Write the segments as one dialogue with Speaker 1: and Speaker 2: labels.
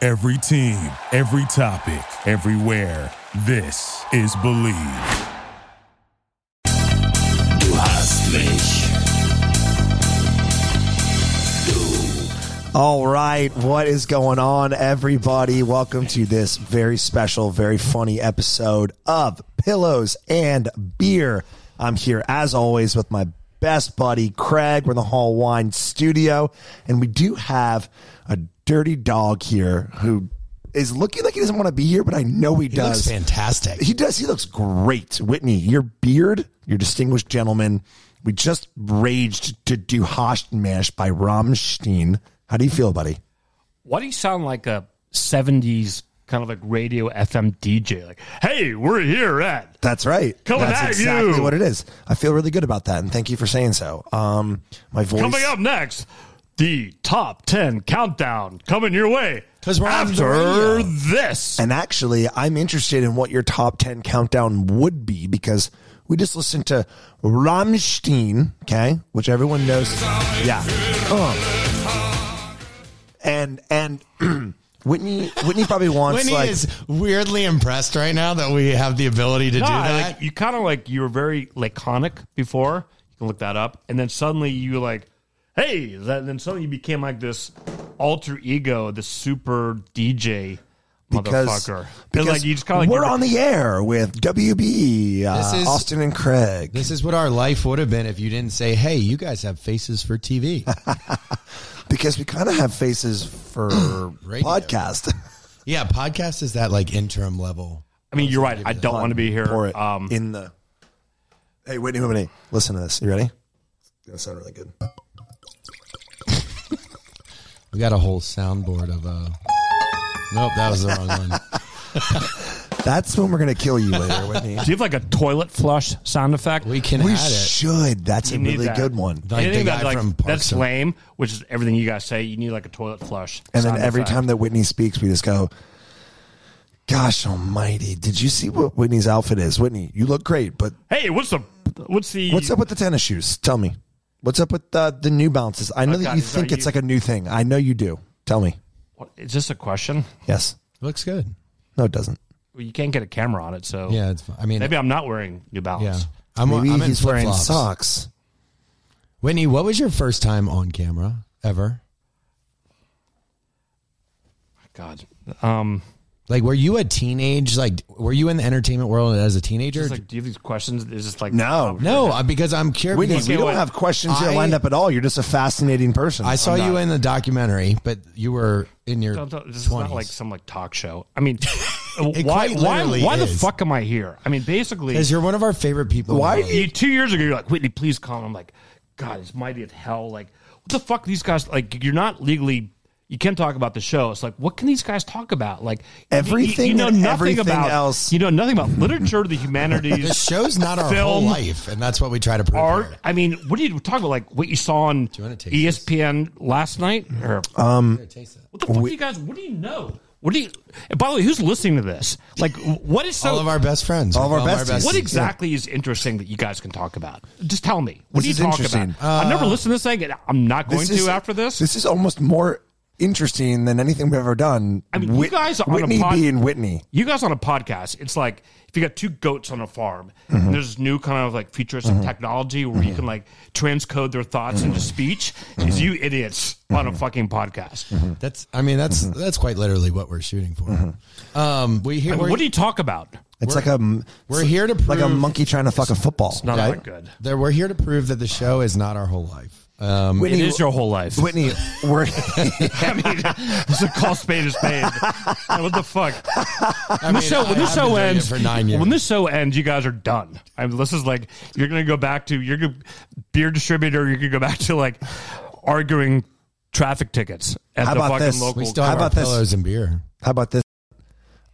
Speaker 1: Every team, every topic, everywhere. This is Believe.
Speaker 2: Du hast mich.
Speaker 3: All right, what is going on, everybody? Welcome to this very special, very funny episode of Pillows and Beer. I'm here, as always, with my best buddy, Craig. We're in the Hall Wine Studio, and we do have a dirty dog here who is looking like he doesn't want to be here, but I know he,
Speaker 2: He looks
Speaker 3: does.
Speaker 2: fantastic.
Speaker 3: He does. He looks great. Whitney, your beard, your distinguished gentleman. We just raged to do Hoshtmash by Rammstein. How do you feel, buddy?
Speaker 4: why do you sound like a 70s kind of like radio FM DJ? Like, hey, we're here at.
Speaker 3: That's right.
Speaker 4: Coming
Speaker 3: That's
Speaker 4: at
Speaker 3: exactly
Speaker 4: you.
Speaker 3: what it is. I feel really good about that, and thank you for saying so. Um, my voice.
Speaker 4: Coming up next, the top 10 countdown coming your way.
Speaker 2: 'Cause we're on the
Speaker 4: after
Speaker 2: radio.
Speaker 4: this.
Speaker 3: And actually, I'm interested in what your top 10 countdown would be because we just listened to Rammstein, okay, which everyone knows. Yeah. Uh. And, and, Whitney, Whitney probably wants
Speaker 2: Whitney
Speaker 3: like
Speaker 2: is weirdly impressed right now that we have the ability to
Speaker 4: No,
Speaker 2: do
Speaker 4: I
Speaker 2: that.
Speaker 4: like, you kind of like, you were very laconic before. You can look that up. And then suddenly you like, hey, that, and then suddenly you became like this alter ego, this super DJ.
Speaker 3: because,
Speaker 4: motherfucker.
Speaker 3: because
Speaker 4: and like you just kind of like
Speaker 3: we're on the air with WB uh,
Speaker 2: This is-
Speaker 3: Austin and Craig.
Speaker 2: this is what our life would have been if you didn't say, "Hey, you guys have faces for TV."
Speaker 3: because we kind of have faces for
Speaker 2: Radio.
Speaker 3: podcast.
Speaker 2: yeah, podcast is that like interim level.
Speaker 4: I mean, you're right. I don't want to be here.
Speaker 3: Pour it
Speaker 4: Um,
Speaker 3: in the. Hey, Whitney, Whitney, listen to this. You ready? It's gonna sound really good.
Speaker 2: We got a whole soundboard of uh Nope, that was the wrong one.
Speaker 3: That's when we're gonna kill you later, Whitney.
Speaker 4: Do you have like a toilet flush sound effect?
Speaker 2: We can
Speaker 3: we
Speaker 2: add it.
Speaker 3: should. That's
Speaker 4: You
Speaker 3: a
Speaker 4: need
Speaker 3: really
Speaker 4: that.
Speaker 3: good one.
Speaker 2: Like the
Speaker 4: Anything
Speaker 2: guy
Speaker 4: that, like,
Speaker 2: from Parks
Speaker 4: that's
Speaker 2: and-
Speaker 4: lame, which is everything you guys say. You need like a toilet flush.
Speaker 3: And then
Speaker 4: sound
Speaker 3: every
Speaker 4: effect.
Speaker 3: time that Whitney speaks, we just go, "Gosh Almighty! Did you see what Whitney's outfit is? Whitney, you look great, but
Speaker 4: hey, what's the what's the
Speaker 3: what's up with the tennis shoes? Tell me, what's up with uh, the, the New Balances? I know
Speaker 4: Okay,
Speaker 3: that you
Speaker 4: so
Speaker 3: think it's
Speaker 4: you-
Speaker 3: like a new thing. I know you do. Tell me.
Speaker 4: What, is this a question?
Speaker 3: Yes.
Speaker 2: Looks good.
Speaker 3: No, it doesn't.
Speaker 4: Well, you can't get a camera on it, so
Speaker 2: Yeah, it's fine. I mean,
Speaker 4: maybe I'm not wearing New
Speaker 2: yeah.
Speaker 4: Balance.
Speaker 2: I'm,
Speaker 3: Maybe
Speaker 2: I'm in
Speaker 3: he's wearing
Speaker 2: flip-flops.
Speaker 3: socks.
Speaker 2: Whitney, what was your first time on camera ever?
Speaker 4: God, um,
Speaker 2: Like, were you a teenage? Like, were you in the entertainment world as a teenager?
Speaker 4: just like, do you have these questions? Is just like
Speaker 3: No.
Speaker 2: no, I- because I'm curious.
Speaker 3: Whitney,
Speaker 2: because
Speaker 3: we don't
Speaker 4: what?
Speaker 3: have questions here
Speaker 2: I-
Speaker 3: lined up at all. You're just a fascinating person.
Speaker 2: I saw
Speaker 3: I'm
Speaker 2: you
Speaker 3: not-
Speaker 2: in the documentary, but you were in your
Speaker 4: Don't- don't- This is not like
Speaker 2: twenties.
Speaker 4: some like talk show. I mean,
Speaker 2: It
Speaker 4: why
Speaker 2: quite
Speaker 4: why
Speaker 2: literally
Speaker 4: why the
Speaker 2: is.
Speaker 4: fuck am I here? I mean, basically,
Speaker 2: Because you're one of our favorite people. in
Speaker 3: Why
Speaker 2: the
Speaker 3: do
Speaker 2: world.
Speaker 4: you, two years ago, you're like, Whitney, please come. I'm like, God, it's mighty as hell. Like, what the fuck these guys, like, you're not legally, you can't talk about the show. It's like, what can these guys talk about? Like, you-
Speaker 3: Everything
Speaker 4: you, know
Speaker 3: and
Speaker 4: nothing
Speaker 3: everything
Speaker 4: about,
Speaker 3: else.
Speaker 4: you know nothing about literature, the
Speaker 2: This
Speaker 4: humanities,
Speaker 2: show's not our whole
Speaker 4: Film.
Speaker 2: life, and that's what we try to prove.
Speaker 4: art.
Speaker 2: here.
Speaker 4: I mean, what do you talk about? Like, what you saw on E
Speaker 2: you wanna take
Speaker 4: ESPN last night? Or,
Speaker 2: Here, taste that.
Speaker 4: what the fuck do you guys, what do you know? What do you, and by the way, who's listening to this? Like, what is so,
Speaker 2: All of our best friends.
Speaker 3: All of our besties.
Speaker 4: what
Speaker 3: yeah.
Speaker 4: exactly is interesting that you guys can talk about? Just tell me. What
Speaker 3: This is
Speaker 4: do you talk about?
Speaker 3: interesting. Uh,
Speaker 4: I've never listened to this thing, and I'm not going
Speaker 3: is-
Speaker 4: to after this.
Speaker 3: This is almost more interesting than anything we've ever done.
Speaker 4: I mean, you guys are on a
Speaker 3: Whitney
Speaker 4: pod-
Speaker 3: being Whitney.
Speaker 4: you guys on a podcast, it's like if you got two goats on a farm,
Speaker 3: Mm-hmm.
Speaker 4: and there's this new kind of like futuristic technology where you can like transcode their thoughts
Speaker 3: Mm-hmm.
Speaker 4: into speech. Is you idiots on a fucking podcast?
Speaker 3: Mm-hmm.
Speaker 2: That's. I mean, that's that's quite literally what we're shooting for.
Speaker 3: Mm-hmm.
Speaker 2: Um, we here. we're,
Speaker 4: What do you talk about?
Speaker 3: It's like a
Speaker 2: we're here to prove
Speaker 3: like a monkey trying to fuck a football.
Speaker 4: Not
Speaker 2: Right?
Speaker 4: that good.
Speaker 2: There, we're here to prove that the show is not our whole life. Um,
Speaker 4: It is your whole life.
Speaker 3: Whitney, we're
Speaker 4: I mean, it's a call spade a spade. Like, what the fuck?
Speaker 2: I mean,
Speaker 4: this show, when
Speaker 2: I
Speaker 4: this
Speaker 2: have
Speaker 4: show
Speaker 2: been doing it
Speaker 4: ends,
Speaker 2: for nine years,
Speaker 4: when this show ends, you guys are done. I mean, this is like you're gonna go back to your beer distributor. You're gonna go back to like arguing traffic tickets at
Speaker 3: How
Speaker 4: the
Speaker 3: about
Speaker 4: fucking
Speaker 3: this?
Speaker 4: local.
Speaker 2: we still
Speaker 3: How
Speaker 2: have our
Speaker 3: about this?
Speaker 2: pillows and beer.
Speaker 3: how about this?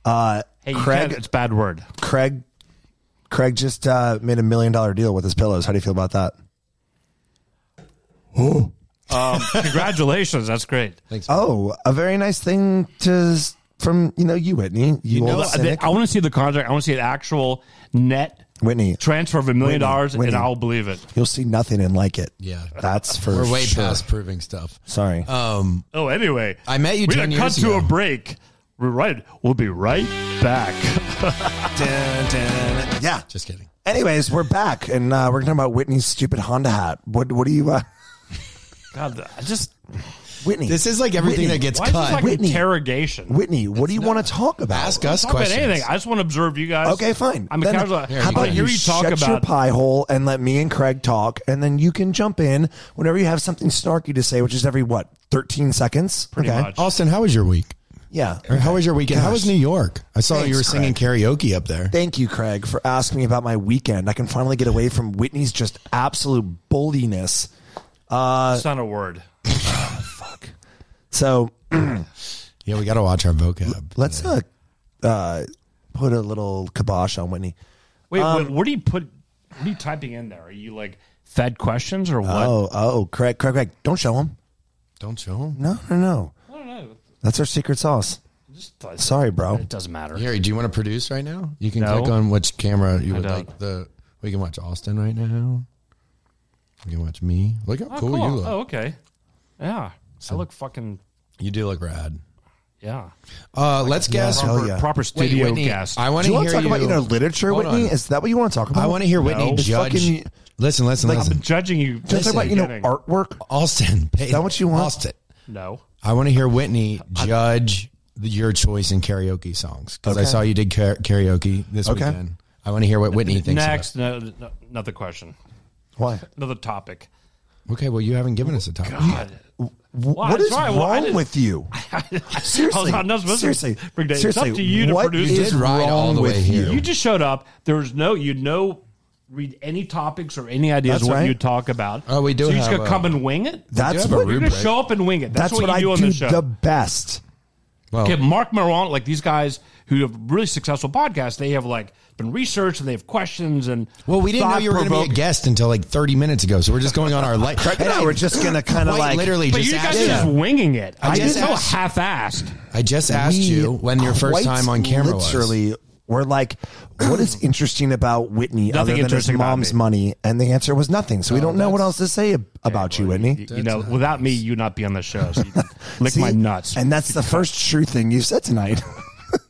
Speaker 3: Uh,
Speaker 4: hey, you can't-
Speaker 3: Craig,
Speaker 4: it's a bad word.
Speaker 3: Craig, Craig just uh, made a million dollar deal with his pillows. How do you feel about that?
Speaker 4: Um, congratulations, that's great.
Speaker 3: Oh, a very nice thing to from you know you Whitney. You,
Speaker 2: know
Speaker 3: old
Speaker 2: what?
Speaker 3: cynic.
Speaker 4: I want to see the contract. I want to see an actual net
Speaker 3: Whitney,
Speaker 4: Transfer of a million
Speaker 3: Whitney,
Speaker 4: dollars,
Speaker 3: Whitney.
Speaker 4: and I'll believe it.
Speaker 3: you'll see nothing and like it.
Speaker 2: Yeah.
Speaker 3: That's for
Speaker 2: We're way
Speaker 3: sure.
Speaker 2: past proving stuff.
Speaker 3: Sorry.
Speaker 2: Um,
Speaker 4: Oh, anyway,
Speaker 2: I met you
Speaker 4: We
Speaker 2: 10
Speaker 4: gotta cut
Speaker 2: years
Speaker 4: to a
Speaker 2: ago.
Speaker 4: break. We're right. We'll be right back.
Speaker 3: Dun, dun. Yeah.
Speaker 2: just kidding.
Speaker 3: Anyways, we're back and uh, we're talking about Whitney's stupid Honda hat. What What do you, uh,
Speaker 4: God, I just
Speaker 3: Whitney?
Speaker 2: This is like everything
Speaker 3: Whitney,
Speaker 2: that gets
Speaker 4: why is this
Speaker 2: cut.
Speaker 4: like
Speaker 3: Whitney.
Speaker 4: interrogation?
Speaker 3: Whitney, what do you want to talk about?
Speaker 2: Ask us
Speaker 4: Talk about
Speaker 2: questions.
Speaker 4: anything. I just want to observe you guys.
Speaker 3: Okay, fine.
Speaker 4: I'm a
Speaker 3: Then
Speaker 4: casual.
Speaker 2: Here,
Speaker 4: I
Speaker 3: How
Speaker 2: you
Speaker 3: about
Speaker 4: wanna
Speaker 2: go.
Speaker 3: you,
Speaker 4: hear you talk
Speaker 3: shut your
Speaker 4: about
Speaker 3: pie hole and let me and Craig talk, and then you can jump in whenever you have something snarky to say, which is every what 13 seconds.
Speaker 4: pretty
Speaker 3: okay.
Speaker 4: much.
Speaker 2: Austin, how was your week?
Speaker 3: Yeah.
Speaker 2: Or how was your weekend? How was New York? I saw you were
Speaker 3: Thanks,
Speaker 2: singing karaoke up there.
Speaker 3: Thank you, Craig, for asking me about my weekend. I can finally get away from Whitney's just absolute bulliness.
Speaker 4: That's not a word.
Speaker 3: So
Speaker 2: Yeah, we got to watch our vocab.
Speaker 3: let's uh, uh, put a little kibosh on Whitney.
Speaker 4: Wait, wait, what do you put? What are you typing in there? Are you like fed questions or what?
Speaker 3: Oh, oh, Craig, Craig, Craig, don't show him.
Speaker 2: Don't show him.
Speaker 3: No, no, no.
Speaker 4: I don't know.
Speaker 3: That's our secret sauce.
Speaker 4: Just thought-
Speaker 3: Sorry, bro.
Speaker 4: It doesn't matter.
Speaker 2: Gary, do you want to produce right now? You can
Speaker 4: No.
Speaker 2: click on which camera you
Speaker 4: I
Speaker 2: would
Speaker 4: don't.
Speaker 2: like. The we can watch Austin right now. We can watch me. Look how
Speaker 4: Oh,
Speaker 2: cool,
Speaker 4: cool.
Speaker 2: you look.
Speaker 4: Oh, okay. Yeah. I look fucking.
Speaker 2: You do look rad.
Speaker 4: Yeah.
Speaker 2: Uh, let's guess.
Speaker 3: hell
Speaker 4: Proper,
Speaker 3: yeah.
Speaker 4: proper studio
Speaker 2: Whitney,
Speaker 4: guest.
Speaker 2: I want
Speaker 3: Do you
Speaker 2: to
Speaker 3: want
Speaker 2: hear
Speaker 3: to talk
Speaker 2: you.
Speaker 3: about you know literature,
Speaker 2: Hold
Speaker 3: Whitney?
Speaker 2: on.
Speaker 3: Is that what you want to talk about?
Speaker 2: I want to hear Whitney
Speaker 4: No. It's
Speaker 2: judge.
Speaker 3: fucking-
Speaker 2: listen, listen, listen.
Speaker 4: judging you.
Speaker 3: Do you want to talk about you know
Speaker 4: Kidding.
Speaker 3: artwork?
Speaker 2: Austin, is
Speaker 3: that what you want?
Speaker 2: Austin,
Speaker 4: No.
Speaker 2: I want to hear Whitney judge the- your choice in karaoke songs because I
Speaker 3: Okay.
Speaker 2: saw you did ka- karaoke this
Speaker 3: Okay.
Speaker 2: weekend. I want to hear what Whitney thinks. about
Speaker 4: Next, no, no, another question,
Speaker 3: Why?
Speaker 4: another topic.
Speaker 2: it. Okay, well, you haven't given us a topic.
Speaker 4: God. Why?
Speaker 3: what
Speaker 4: That's
Speaker 3: is
Speaker 4: right.
Speaker 3: wrong
Speaker 4: Well, I didn't-
Speaker 3: with you? Seriously,
Speaker 4: I was not supposed
Speaker 3: seriously,
Speaker 4: to bring that.
Speaker 3: seriously,
Speaker 4: it's up to you to
Speaker 3: what
Speaker 4: produce
Speaker 3: is
Speaker 4: this.
Speaker 2: You did ride all
Speaker 3: wrong
Speaker 2: the way
Speaker 3: with
Speaker 2: here.
Speaker 3: you?
Speaker 4: You just showed up. There was no, you know, read any topics or any ideas
Speaker 3: That's
Speaker 4: what
Speaker 3: right.
Speaker 4: you talk about.
Speaker 2: Oh, we do
Speaker 4: So you just
Speaker 2: have
Speaker 4: gonna
Speaker 2: a-
Speaker 4: come and wing it.
Speaker 3: That's
Speaker 2: have a
Speaker 3: what
Speaker 4: You're
Speaker 2: rubric.
Speaker 4: gonna show up and wing it. That's,
Speaker 3: that's
Speaker 4: what,
Speaker 3: what,
Speaker 4: you
Speaker 3: I
Speaker 4: do
Speaker 3: do
Speaker 4: on the show.
Speaker 3: the best.
Speaker 2: Well,
Speaker 4: Okay, Mark Maron, like these guys who have really successful podcasts, they have like been researched and they have questions and
Speaker 2: well, we didn't know you were going to be a
Speaker 4: thought-provoking-
Speaker 2: guest until like 30 minutes ago, so we're just going on our life.
Speaker 3: Craig and I were just gonna kind of like
Speaker 2: literally
Speaker 4: But
Speaker 2: just
Speaker 4: you guys
Speaker 2: asked
Speaker 4: are just
Speaker 2: you.
Speaker 4: winging it. I,
Speaker 2: just
Speaker 4: just so
Speaker 2: asked-
Speaker 4: half-assed.
Speaker 2: I just asked
Speaker 3: we
Speaker 2: you when your first
Speaker 3: quite
Speaker 2: time on camera was.
Speaker 3: Literally, we're like, what is interesting about Whitney other
Speaker 4: Nothing
Speaker 3: than his
Speaker 4: interesting about
Speaker 3: mom's
Speaker 4: me.
Speaker 3: money? And the answer was nothing. So we don't know what else to say ab- about you, Whitney.
Speaker 4: You, you know, without me, you'd not be on the show. So you lick
Speaker 3: See?
Speaker 4: my nuts.
Speaker 3: And that's the first true thing you said tonight.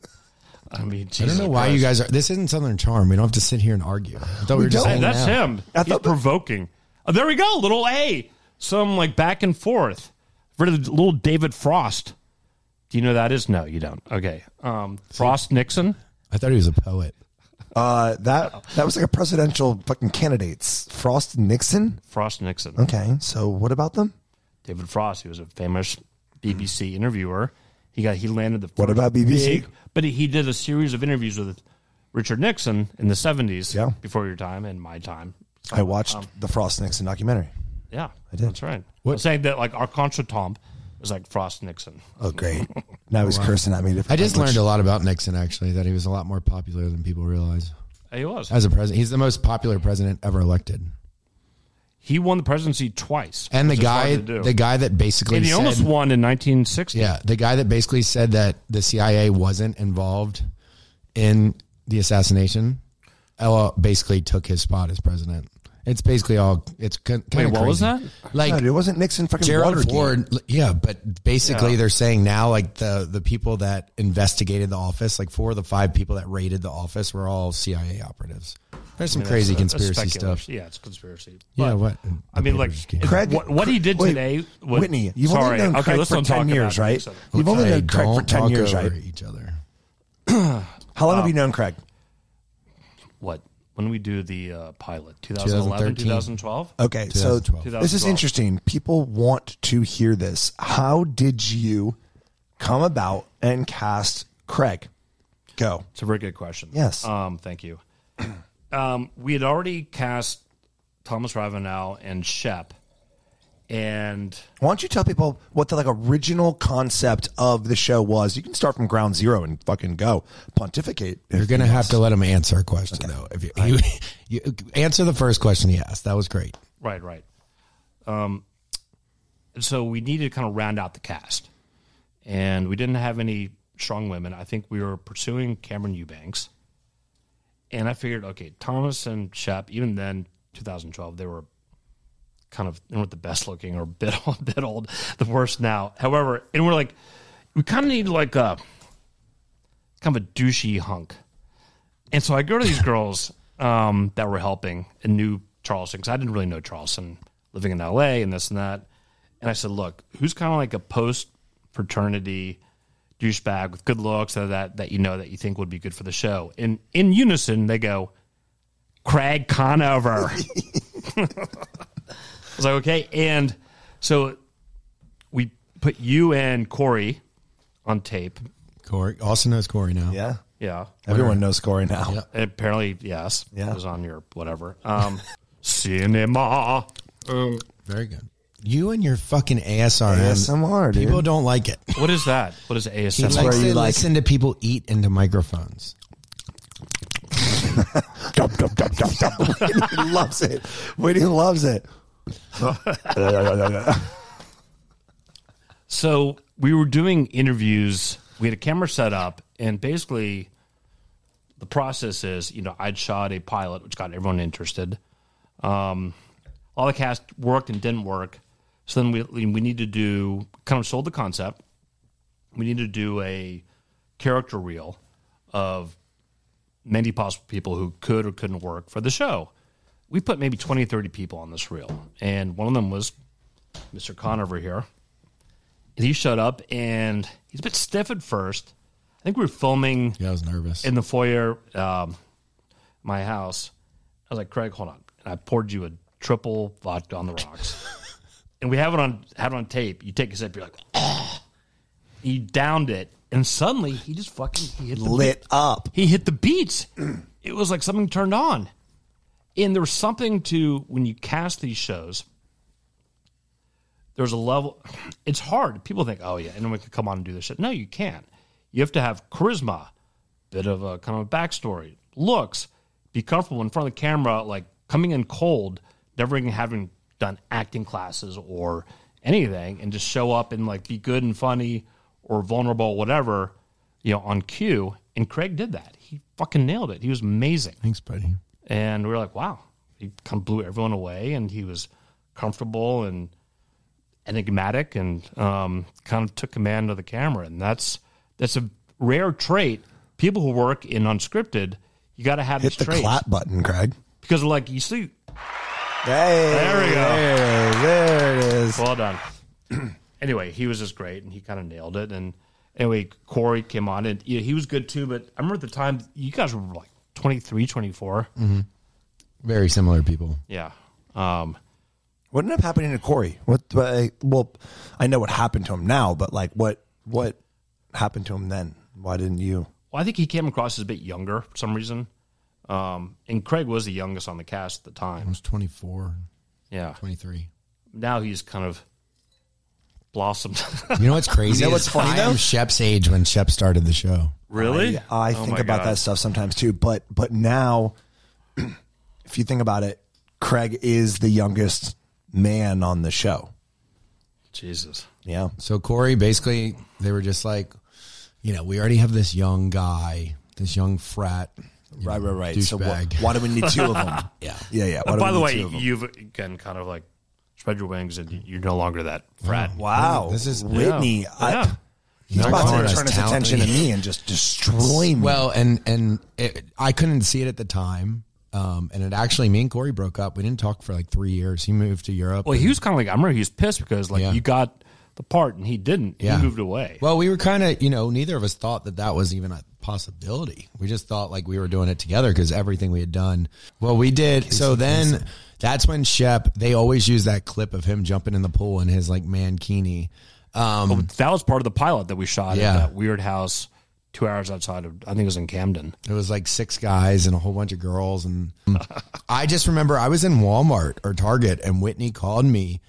Speaker 4: I mean, Jesus
Speaker 2: I don't know why
Speaker 4: Christ.
Speaker 2: you guys are. This isn't Southern Charm. We don't have to sit here and argue. I thought we, were just
Speaker 3: don't.
Speaker 4: Hey,
Speaker 2: hanging
Speaker 4: that's
Speaker 2: out.
Speaker 4: him.
Speaker 3: I
Speaker 4: He's
Speaker 3: thought that-
Speaker 4: provoking. Oh, there we go. Little A. Some like back and forth. Rid of little David Frost. Do you know who that is? No, you don't. Okay. Um, Frost Nixon.
Speaker 2: I thought he was a poet.
Speaker 3: uh, that that was like a presidential fucking candidates. Frost and Nixon.
Speaker 4: Frost Nixon.
Speaker 3: Okay, so what about them?
Speaker 4: David Frost. He was a famous BBC interviewer. He got he landed the
Speaker 3: What
Speaker 4: first
Speaker 3: about BBC?
Speaker 4: big- but he did a series of interviews with Richard Nixon in the seventies.
Speaker 3: Yeah.
Speaker 4: before your time and my time.
Speaker 3: I watched
Speaker 2: Um,
Speaker 3: the Frost Nixon documentary.
Speaker 4: Yeah, I did. That's right.
Speaker 2: What-
Speaker 4: I'm saying that like our contretemps was like Frost Nixon.
Speaker 3: Oh, great! Now he's cursing at me.
Speaker 2: I just learned a lot about Nixon actually. That he was a lot more popular than people realize.
Speaker 4: He was.
Speaker 2: As a president, he's the most popular president ever elected.
Speaker 4: He won the presidency twice.
Speaker 2: And the
Speaker 4: which is hard
Speaker 2: guy,
Speaker 4: to do.
Speaker 2: the guy that basically
Speaker 4: and he
Speaker 2: said,
Speaker 4: almost won in 1960.
Speaker 2: yeah, the guy that basically said that the CIA wasn't involved in the assassination, Ella basically took his spot as president. It's basically all. It's kind of
Speaker 4: Wait, what
Speaker 2: crazy.
Speaker 4: was that?
Speaker 2: Like
Speaker 3: it wasn't Nixon fucking
Speaker 2: Gerald
Speaker 3: Watergate.
Speaker 2: Ford, l- yeah, but basically they're saying now like the the people that investigated the office, like four of the five people that raided the office were all CIA operatives. There's some crazy
Speaker 4: That's a- that's
Speaker 2: conspiracy
Speaker 4: speculation.
Speaker 2: stuff.
Speaker 4: Yeah, it's conspiracy.
Speaker 2: Yeah,
Speaker 4: But,
Speaker 2: what?
Speaker 4: I mean,
Speaker 2: The
Speaker 4: like
Speaker 2: papers came.
Speaker 3: Craig-
Speaker 4: what, what he did
Speaker 3: wait,
Speaker 4: today. Was,
Speaker 3: Whitney, you've
Speaker 4: sorry.
Speaker 3: only known
Speaker 4: okay,
Speaker 3: Craig
Speaker 4: let's
Speaker 3: for
Speaker 4: not
Speaker 3: ten
Speaker 4: talk
Speaker 3: years,
Speaker 4: about
Speaker 3: right?
Speaker 4: Nixon.
Speaker 3: You've only
Speaker 2: Hey,
Speaker 3: known Craig for
Speaker 2: don't
Speaker 3: ten
Speaker 2: talk
Speaker 3: years,
Speaker 2: over
Speaker 3: right?
Speaker 2: Each other.
Speaker 3: How long have you known Craig?
Speaker 4: What when we do the uh, pilot 2011,
Speaker 2: 2013.
Speaker 4: 2012?
Speaker 3: Okay, so
Speaker 2: 2012.
Speaker 3: this is
Speaker 4: 2012.
Speaker 3: interesting. People want to hear this. How did you come about and cast Craig? Go.
Speaker 4: It's a very good question.
Speaker 3: Yes.
Speaker 4: Um, thank you. Um, we had already cast Thomas Ravenel and Shep, and
Speaker 3: Why don't you tell people what the like original concept of the show was? You can start from ground zero and fucking go pontificate.
Speaker 2: You're gonna have to let him answer a question though. If you, you, you answer the first question he asked, that was great.
Speaker 4: Right, right. Um, so we needed to kind of round out the cast, and we didn't have any strong women. I think we were pursuing Cameron Eubanks, And I figured, okay, Thomas and Shep, even then, 2012, they were kind of they weren't the best looking or bit old, bit old, the worst now. However, and we're like, we kind of need like a kind of a douchey hunk. And so I go to these girls um, that were helping in New Charleston because I didn't really know Charleston, living in LA and this and that. And I said, look, who's kind of like a post fraternity douchebag with good looks that, that that you know that you think would be good for the show? And in unison, they go, Craig Conover. I was like, okay. And so we put you and Corey on tape.
Speaker 2: Corey also knows Corey now.
Speaker 3: Yeah.
Speaker 4: Yeah.
Speaker 3: Everyone knows Corey now.
Speaker 4: Apparently, yes.
Speaker 3: Yeah.
Speaker 4: It was on your whatever. Um, cinema. Um,
Speaker 2: Very good. You and your fucking ASRM.
Speaker 3: ASMR, dude.
Speaker 2: People don't like it.
Speaker 4: what is that? What is
Speaker 2: He
Speaker 4: ASMR?
Speaker 2: likes
Speaker 3: where
Speaker 2: to
Speaker 3: you like-
Speaker 2: listen to people eat into microphones.
Speaker 3: Dump, dump, dump, dump, dump. Whitney loves it. Whitney loves it.
Speaker 4: So we were doing interviews. We had a camera set up, and basically, the process is you know I'd shot a pilot, which got everyone interested. Um, all the cast worked and didn't work. So then we we need to do kind of sold the concept. We need to do a character reel of many possible people who could or couldn't work for the show. We put maybe 20, 30 people on this reel, and one of them was Mr. Conover here. And he showed up and he's a bit stiff at first. I think we were filming
Speaker 2: Yeah, I was nervous.
Speaker 4: in the foyer, um, my house. I was like, Craig, hold on. And I poured you a triple vodka on the rocks. and we have it on have it on tape. You take a sip, you're like, "Ah." you downed it, and suddenly he just fucking he hit the
Speaker 3: Lit up.
Speaker 4: he hit the beats. it was like something turned on. And there was something to when you cast these shows, there's a level it's hard. People think, oh yeah, anyone can come on and do this shit. No, you can't. You have to have charisma, bit of a kind of a backstory, looks, be comfortable in front of the camera, like coming in cold, never even having done acting classes or anything, and just show up and like be good and funny or vulnerable, whatever, you know, on cue. And Craig did that. He fucking nailed it. He was amazing
Speaker 2: Thanks, buddy.
Speaker 4: and we were like, wow, he kind of blew everyone away, and he was comfortable and enigmatic, and um, kind of took command of the camera, and that's that's a rare trait. People who work in unscripted, you got to have
Speaker 3: Hit
Speaker 4: this
Speaker 3: the
Speaker 4: trait
Speaker 3: clap button, Craig.
Speaker 4: because, like, you see,
Speaker 3: Hey,
Speaker 4: There we go.
Speaker 3: There it is. There it is.
Speaker 4: well done. anyway, he was just great, and he kind of nailed it. And anyway, Corey came on, and you know, he was good too. But I remember at the time, you guys were like 23, 24.
Speaker 3: Mm-hmm.
Speaker 2: Very similar people.
Speaker 4: yeah. Um,
Speaker 3: What ended up happening to Corey? What? Uh, well, I know what happened to him now, but like, what? What happened to him then? Why didn't you?
Speaker 4: Well, I think he came across as a bit younger for some reason. Um, and Craig was the youngest on the cast at the
Speaker 2: I
Speaker 4: time.
Speaker 2: was 24,
Speaker 4: Yeah.
Speaker 2: 23.
Speaker 4: Now he's kind of blossomed.
Speaker 2: You know what's crazy?
Speaker 3: You know
Speaker 2: is
Speaker 3: what's funny,
Speaker 2: I
Speaker 3: though?
Speaker 2: am Shep's age when Shep started the show.
Speaker 4: really?
Speaker 3: I think about that stuff sometimes too. But but now, if you think about it, Craig is the youngest man on the show.
Speaker 4: Jesus.
Speaker 3: Yeah,
Speaker 2: So Corey, basically, they were just like, you know, we already have this young guy, this young frat. you
Speaker 3: right,
Speaker 2: know,
Speaker 3: right, right. So why,
Speaker 2: douchebag.
Speaker 3: why do we need two of them?
Speaker 2: Yeah.
Speaker 3: yeah, yeah. Why do
Speaker 4: Oh,
Speaker 3: we
Speaker 4: By the
Speaker 3: need
Speaker 4: way,
Speaker 3: two of 'em?
Speaker 4: you've again kind of like spread your wings and you're no longer that frat.
Speaker 3: wow,
Speaker 2: Oh, This is-
Speaker 3: Whitney. I,
Speaker 4: Yeah.
Speaker 3: He's
Speaker 2: No
Speaker 3: about
Speaker 2: one
Speaker 3: to
Speaker 2: is
Speaker 3: turn his
Speaker 2: talented.
Speaker 3: attention to me and just destroy me.
Speaker 2: Well, and and it, I couldn't see it at the time, um, and it actually me and Corey broke up. We didn't talk for like three years. He moved to Europe.
Speaker 4: Well, he was kind of like, I remember he was pissed because like
Speaker 2: Yeah.
Speaker 4: you got the part and he didn't.
Speaker 2: Yeah.
Speaker 4: He moved away.
Speaker 2: Well, we were kind of, you know, neither of us thought that that was even a possibility. We just thought like we were doing it together because everything we had done. Well, we did. so then that's when Shep, they always use that clip of him jumping in the pool in his like mankini. Um,
Speaker 4: that was part of the pilot that we shot
Speaker 2: Yeah.
Speaker 4: at that weird house two hours outside of, I think it was in Camden.
Speaker 2: It was like six guys and a whole bunch of girls. And I just remember I was in Walmart or Target and Whitney called me.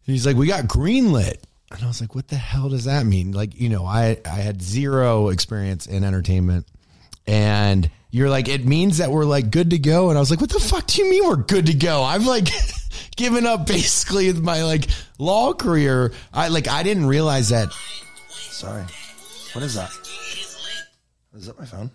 Speaker 2: He's like, We got greenlit. And I was like, What the hell does that mean? Like, you know, I, I had zero experience in entertainment. And you're like, It means that we're like good to go. And I was like, What the fuck do you mean we're good to go? I've like given up basically my like law career. I like, I didn't realize that.
Speaker 3: Sorry, what is that? Is that my phone?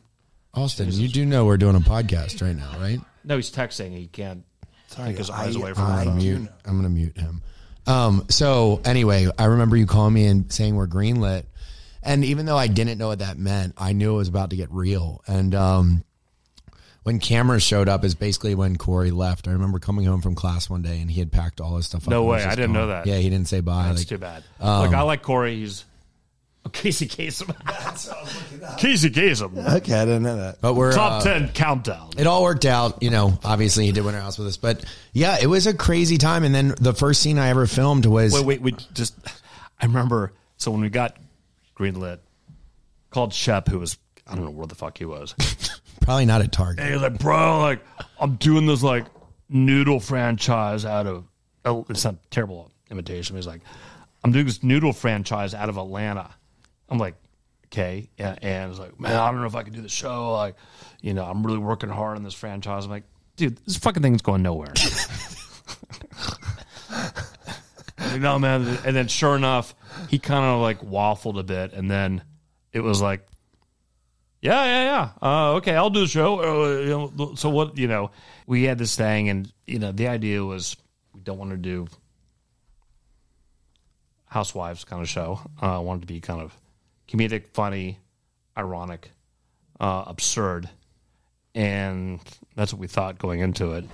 Speaker 2: Austin, you do know we're doing a podcast right now, right?
Speaker 4: No, he's texting. He can't take his eyes
Speaker 3: I-
Speaker 4: away from
Speaker 3: I-
Speaker 4: the
Speaker 2: I'm
Speaker 4: phone.
Speaker 2: mute. I'm gonna mute him. Um, so anyway, I remember you calling me and saying we're greenlit, and even though I didn't know what that meant, I knew it was about to get real. And um, when cameras showed up is basically when Corey left. I remember coming home from class one day and he had packed all his stuff. up.
Speaker 4: No
Speaker 2: and was
Speaker 4: way.
Speaker 2: just
Speaker 4: I didn't know that.
Speaker 2: Yeah, he didn't say bye.
Speaker 4: That's
Speaker 2: Like,
Speaker 4: too bad. Look, I like Corey. He's oh, Casey Kasem. Casey Kasem.
Speaker 3: Okay, I didn't know that.
Speaker 2: but we're uh,
Speaker 4: Top ten countdown.
Speaker 2: it all worked out. You know, obviously he did Winter House with us, but yeah, it was a crazy time. And then the first scene I ever filmed was
Speaker 4: Wait, wait, we just. I remember. So when we got greenlit, called Shep, who was I don't know where the fuck he was.
Speaker 2: probably not at Target.
Speaker 4: And he was like, bro, like I'm doing this like noodle franchise out of oh, it's not terrible imitation. but He's like, I'm doing this noodle franchise out of Atlanta. I'm like, okay. Yeah, and he's like, man, I don't know if I can do the show. Like, you know, I'm really working hard on this franchise. I'm like, dude, this fucking thing's going nowhere. Like, no man and then sure enough he kind of like waffled a bit and then it was like yeah yeah yeah uh, okay i'll do the show uh, you know, so what you know we had this thing and you know the idea was we don't want to do housewives kind of show uh, i wanted to be kind of comedic funny ironic uh, absurd and that's what we thought going into it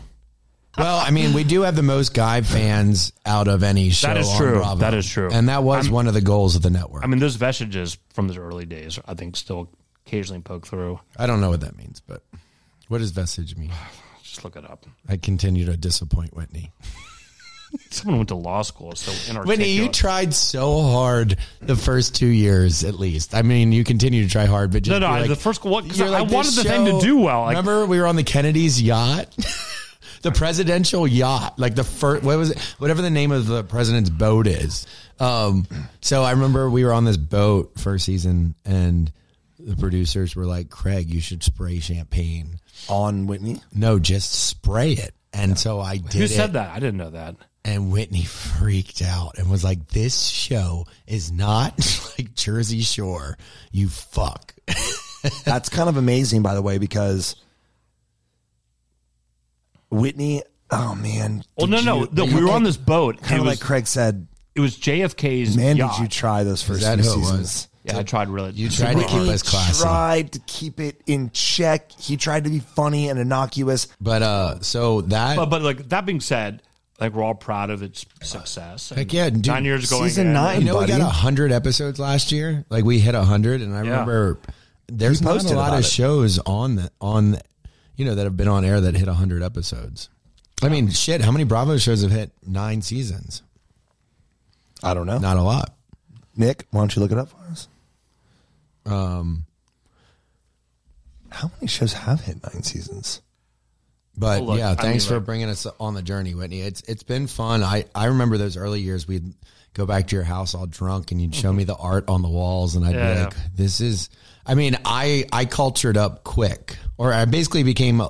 Speaker 2: Well, I mean, we do have the most guy fans out of any show.
Speaker 4: is
Speaker 2: on
Speaker 4: true.
Speaker 2: Bravo.
Speaker 4: That is true.
Speaker 2: and that was one of the goals of the network.
Speaker 4: I mean, those vestiges from the early days, I think, still occasionally poke through.
Speaker 2: I don't know what that means, but what does vestige mean?
Speaker 4: Just look it up.
Speaker 2: I continue to disappoint Whitney.
Speaker 4: Someone went to law school, so inarticulate.
Speaker 2: Whitney, you tried so hard the first two years, at least. I mean, you continue to try hard, but just
Speaker 4: no, no,
Speaker 2: be
Speaker 4: I-
Speaker 2: like-
Speaker 4: the first one because
Speaker 2: you're
Speaker 4: I
Speaker 2: like, this
Speaker 4: wanted the thing to
Speaker 2: show-
Speaker 4: do well. Like,
Speaker 2: remember, we were on the Kennedys' yacht, the presidential yacht, like the first, what was it? Whatever the name of the president's boat is. Um, so I remember we were on this boat first season, and the producers were like, "Craig, you should spray champagne.
Speaker 3: On Whitney,
Speaker 2: No, just spray it." And so I did.
Speaker 4: who
Speaker 2: it.
Speaker 4: said that? I didn't know that.
Speaker 2: And Whitney freaked out and was like, "This show is not like Jersey Shore, you fuck."
Speaker 3: that's kind of amazing, by the way, because Whitney. Oh man.
Speaker 4: Well, no,
Speaker 3: Did
Speaker 4: no,
Speaker 3: you-
Speaker 4: no.
Speaker 3: you
Speaker 4: We were
Speaker 3: like-
Speaker 4: on this boat.
Speaker 3: Kind
Speaker 4: it
Speaker 3: of
Speaker 4: was
Speaker 3: like Craig said,
Speaker 4: it was JFK's
Speaker 3: man,
Speaker 4: yacht.
Speaker 3: did you try those first
Speaker 2: that
Speaker 3: few
Speaker 2: who it was?
Speaker 3: seasons?
Speaker 4: yeah, I tried really.
Speaker 2: You tried to keep
Speaker 3: He
Speaker 2: us classy.
Speaker 3: tried to keep it in check. He tried to be funny and innocuous.
Speaker 2: But uh, so that
Speaker 4: but, but like that being said, like we're all proud of its success. And
Speaker 2: Heck yeah, dude.
Speaker 4: nine years going
Speaker 3: Season
Speaker 4: in,
Speaker 3: nine.
Speaker 2: you know
Speaker 3: buddy.
Speaker 2: we got hundred episodes last year. Like we hit hundred, and I remember there's
Speaker 3: You
Speaker 2: not
Speaker 3: posted
Speaker 2: a lot
Speaker 3: about
Speaker 2: of
Speaker 3: it.
Speaker 2: shows on the on, the, you know, that have been on air that hit hundred episodes. I mean, shit, how many Bravo shows have hit nine seasons?
Speaker 3: I don't know.
Speaker 2: Not a lot.
Speaker 3: Nick, why don't you look it up for us? Um, how many shows have hit nine seasons?
Speaker 2: But
Speaker 4: Well, look,
Speaker 2: yeah,
Speaker 4: I
Speaker 2: thanks
Speaker 4: mean,
Speaker 2: for
Speaker 4: like-
Speaker 2: bringing us on the journey, Whitney. It's it's been fun. I I remember those early years. We'd go back to your house all drunk, and you'd show me the art on the walls, and I'd be
Speaker 4: Mm-hmm. Yeah.
Speaker 2: like, "This is." I mean, I I cultured up quick, or I basically became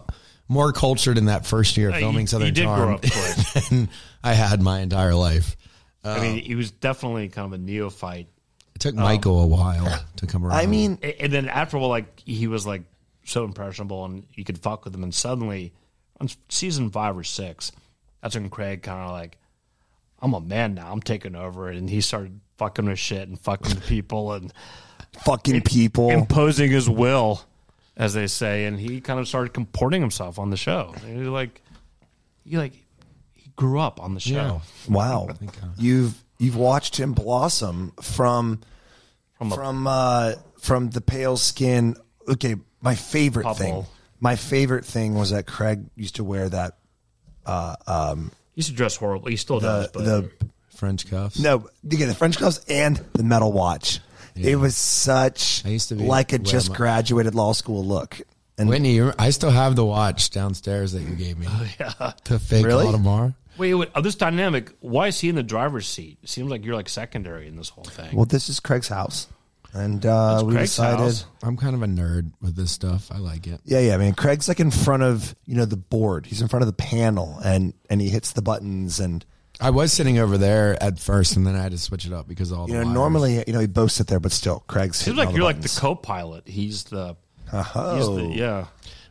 Speaker 2: more cultured in that first year of
Speaker 4: Uh,
Speaker 2: filming
Speaker 4: you,
Speaker 2: Southern
Speaker 4: you did
Speaker 2: Charm
Speaker 4: grow up quick.
Speaker 2: than I had my entire life.
Speaker 4: I
Speaker 2: Oh.
Speaker 4: mean, he was definitely kind of a neophyte
Speaker 2: It
Speaker 4: Oh.
Speaker 2: took Michael a while to come around.
Speaker 3: I mean,
Speaker 4: A- and then after well, like he was like so impressionable, and you could fuck with him. And suddenly, on s- season five or six, that's when Craig kind of like, I'm a man now. I'm taking over, and he started fucking with shit and fucking with people and
Speaker 3: fucking people.
Speaker 4: imposing his will, as they say. And he kind of started comporting himself on the show. And he like, he like, he grew up on the show.
Speaker 2: Yeah.
Speaker 3: wow,
Speaker 2: uh,
Speaker 3: you've you've watched him blossom from
Speaker 4: From
Speaker 3: from
Speaker 4: a-
Speaker 3: uh, from the pale skin. Okay, my favorite
Speaker 4: Pubble.
Speaker 3: thing. My favorite thing was that Craig used to wear that
Speaker 4: He used to dress horribly. He still does,
Speaker 3: the
Speaker 4: but
Speaker 3: the
Speaker 2: French cuffs.
Speaker 3: No, you get the French gloves and the metal watch. It was such
Speaker 2: I used to be-
Speaker 3: like a
Speaker 2: wear
Speaker 3: just
Speaker 2: my-
Speaker 3: graduated law school look. And
Speaker 2: Whitney, you- I still have the watch downstairs that you gave me. Oh, yeah. The fake
Speaker 3: Really?
Speaker 2: Audemars.
Speaker 4: wait, wait, of this dynamic, why is he in the driver's seat? It seems like you're like secondary in this whole thing.
Speaker 3: well, this is Craig's house, and uh,
Speaker 4: That's
Speaker 3: we
Speaker 4: Craig's
Speaker 3: decided.
Speaker 4: house.
Speaker 2: I'm kind of a nerd with this stuff. I like it.
Speaker 3: Yeah, yeah. I mean, Craig's like in front of you know the board. He's in front of the panel, and and he hits the buttons. And
Speaker 2: I was sitting over there at first, and then I had to switch it up because all
Speaker 3: you
Speaker 2: the
Speaker 3: know,
Speaker 2: wires-
Speaker 3: normally you know he boasts it there, but still, Craig's.
Speaker 4: Seems
Speaker 3: Hitting
Speaker 4: like
Speaker 3: all Uh-huh.
Speaker 4: you're like the
Speaker 3: buttons.
Speaker 4: co-pilot. He's the He's the- yeah.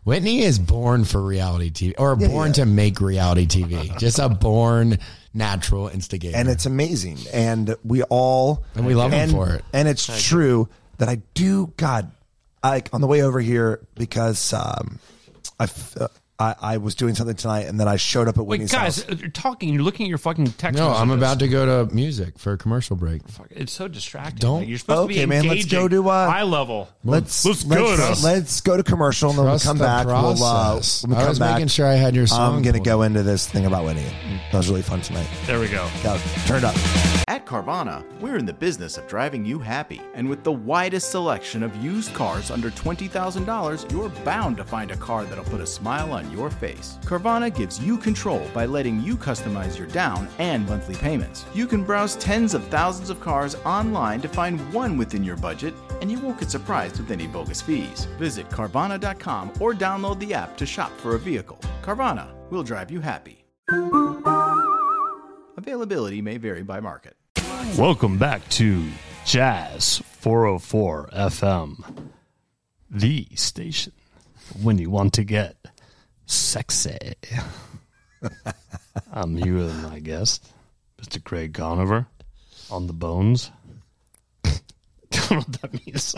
Speaker 2: Whitney is born for reality TV or born to make reality TV. Just a born natural instigator.
Speaker 3: and it's amazing. And we all
Speaker 2: And we love him
Speaker 3: and-
Speaker 2: for it.
Speaker 3: And it's true that I do. God, I on the way over here because um, I, f- uh, I I was doing something tonight, and then I showed up at
Speaker 4: Wait,
Speaker 3: Whitney's
Speaker 4: guys, uh,
Speaker 3: house.
Speaker 4: you're talking. You're looking at your fucking text.
Speaker 2: no, I'm
Speaker 4: messages.
Speaker 2: about to go to music for a commercial break.
Speaker 4: Fuck, It's so distracting.
Speaker 2: Don't-
Speaker 4: Like, you're supposed to
Speaker 3: Okay,
Speaker 4: be
Speaker 3: man, let's
Speaker 4: engaging,
Speaker 3: go to, uh,
Speaker 4: high level.
Speaker 3: Let's
Speaker 4: Let's go
Speaker 3: Let's,
Speaker 4: to-
Speaker 3: let's go to commercial, and then we'll
Speaker 2: Trust
Speaker 3: come
Speaker 2: the
Speaker 3: back. We'll, uh,
Speaker 2: process.
Speaker 3: when we
Speaker 2: I
Speaker 3: come
Speaker 2: was
Speaker 3: back,
Speaker 2: making sure I had your
Speaker 3: I'm
Speaker 2: song
Speaker 3: gonna
Speaker 2: pulled
Speaker 3: go into this thing about Whitney. That was really fun tonight.
Speaker 4: There we go.
Speaker 3: Yeah, turn it up.
Speaker 5: At Carvana, we're in the business of driving you happy. And with the widest selection of used cars under $20,000, you're bound to find a car that'll put a smile on your face. Carvana gives you control by letting you customize your down and monthly payments. You can browse tens of thousands of cars online to find one within your budget, and you won't get surprised with any bogus fees. Visit Carvana.com or download the app to shop for a vehicle. Carvana will drive you happy. Availability may vary by market.
Speaker 4: Welcome back to Jazz 404 FM, the station when you want to get sexy. I'm here with my guest, Mr. Craig Conover, on the bones. I don't know what that means.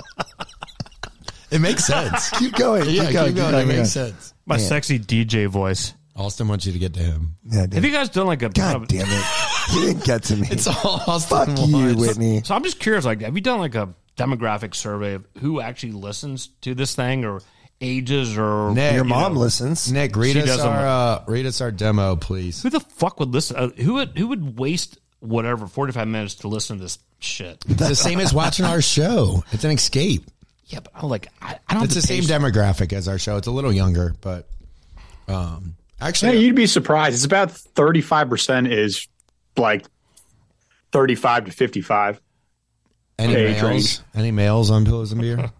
Speaker 2: It makes sense.
Speaker 3: Keep going.
Speaker 2: yeah,
Speaker 3: keep going.
Speaker 2: keep going.
Speaker 3: keep
Speaker 2: It
Speaker 3: going.
Speaker 2: makes sense.
Speaker 4: My sexy DJ voice.
Speaker 2: Austin wants you to get to him.
Speaker 3: Yeah, dude.
Speaker 4: Have you guys done like a
Speaker 3: God damn it! You didn't get to me.
Speaker 2: It's all
Speaker 3: Fuck
Speaker 2: Austin
Speaker 3: you,
Speaker 2: wants.
Speaker 3: Whitney.
Speaker 4: So I'm just curious, like, have you done like a demographic survey of who actually listens to this thing or ages or
Speaker 2: Nick,
Speaker 3: Your mom
Speaker 4: know.
Speaker 3: listens.
Speaker 2: Nick, read
Speaker 4: She
Speaker 2: us
Speaker 4: doesn't
Speaker 2: our uh, read us our demo, please.
Speaker 4: who the fuck would listen? Uh, who would who would waste whatever 45 minutes to listen to this shit?
Speaker 2: It's the same as watching our show. It's an escape.
Speaker 4: Yeah, but I'm like, I, I don't.
Speaker 2: It's the
Speaker 4: have
Speaker 2: same
Speaker 4: patience.
Speaker 2: demographic as our show. It's a little younger, but um, actually,
Speaker 6: Yeah, you'd be surprised. It's about 35% is like 35 to 55.
Speaker 2: any
Speaker 6: age
Speaker 2: males?
Speaker 6: range.
Speaker 2: Any males on pillows and beer?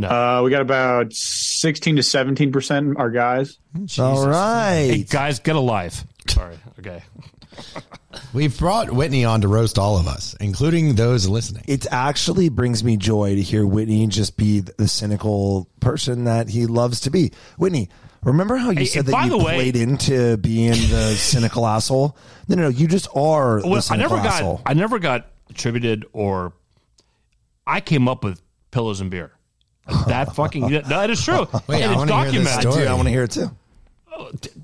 Speaker 6: Uh, we got about 16 to 17% are guys.
Speaker 3: All
Speaker 4: Hey,
Speaker 3: right.
Speaker 4: guys, get a life. Sorry. Okay.
Speaker 2: We've brought Whitney on to roast all of us, including those listening.
Speaker 3: it actually brings me joy to hear Whitney just be the cynical person that he loves to be. Whitney, remember how you
Speaker 4: Hey,
Speaker 3: said
Speaker 4: and
Speaker 3: that
Speaker 4: by
Speaker 3: you
Speaker 4: the way-
Speaker 3: played into being the cynical asshole? No, no, no, you just are the
Speaker 4: Well, I
Speaker 3: cynical
Speaker 4: never got.
Speaker 3: asshole.
Speaker 4: I never got attributed or. I came up with pillows and beer. That fucking that- that is true.
Speaker 2: Wait, I
Speaker 4: and it's
Speaker 2: wanna hear this
Speaker 4: documented.
Speaker 2: story.
Speaker 3: Dude, I want to hear it too.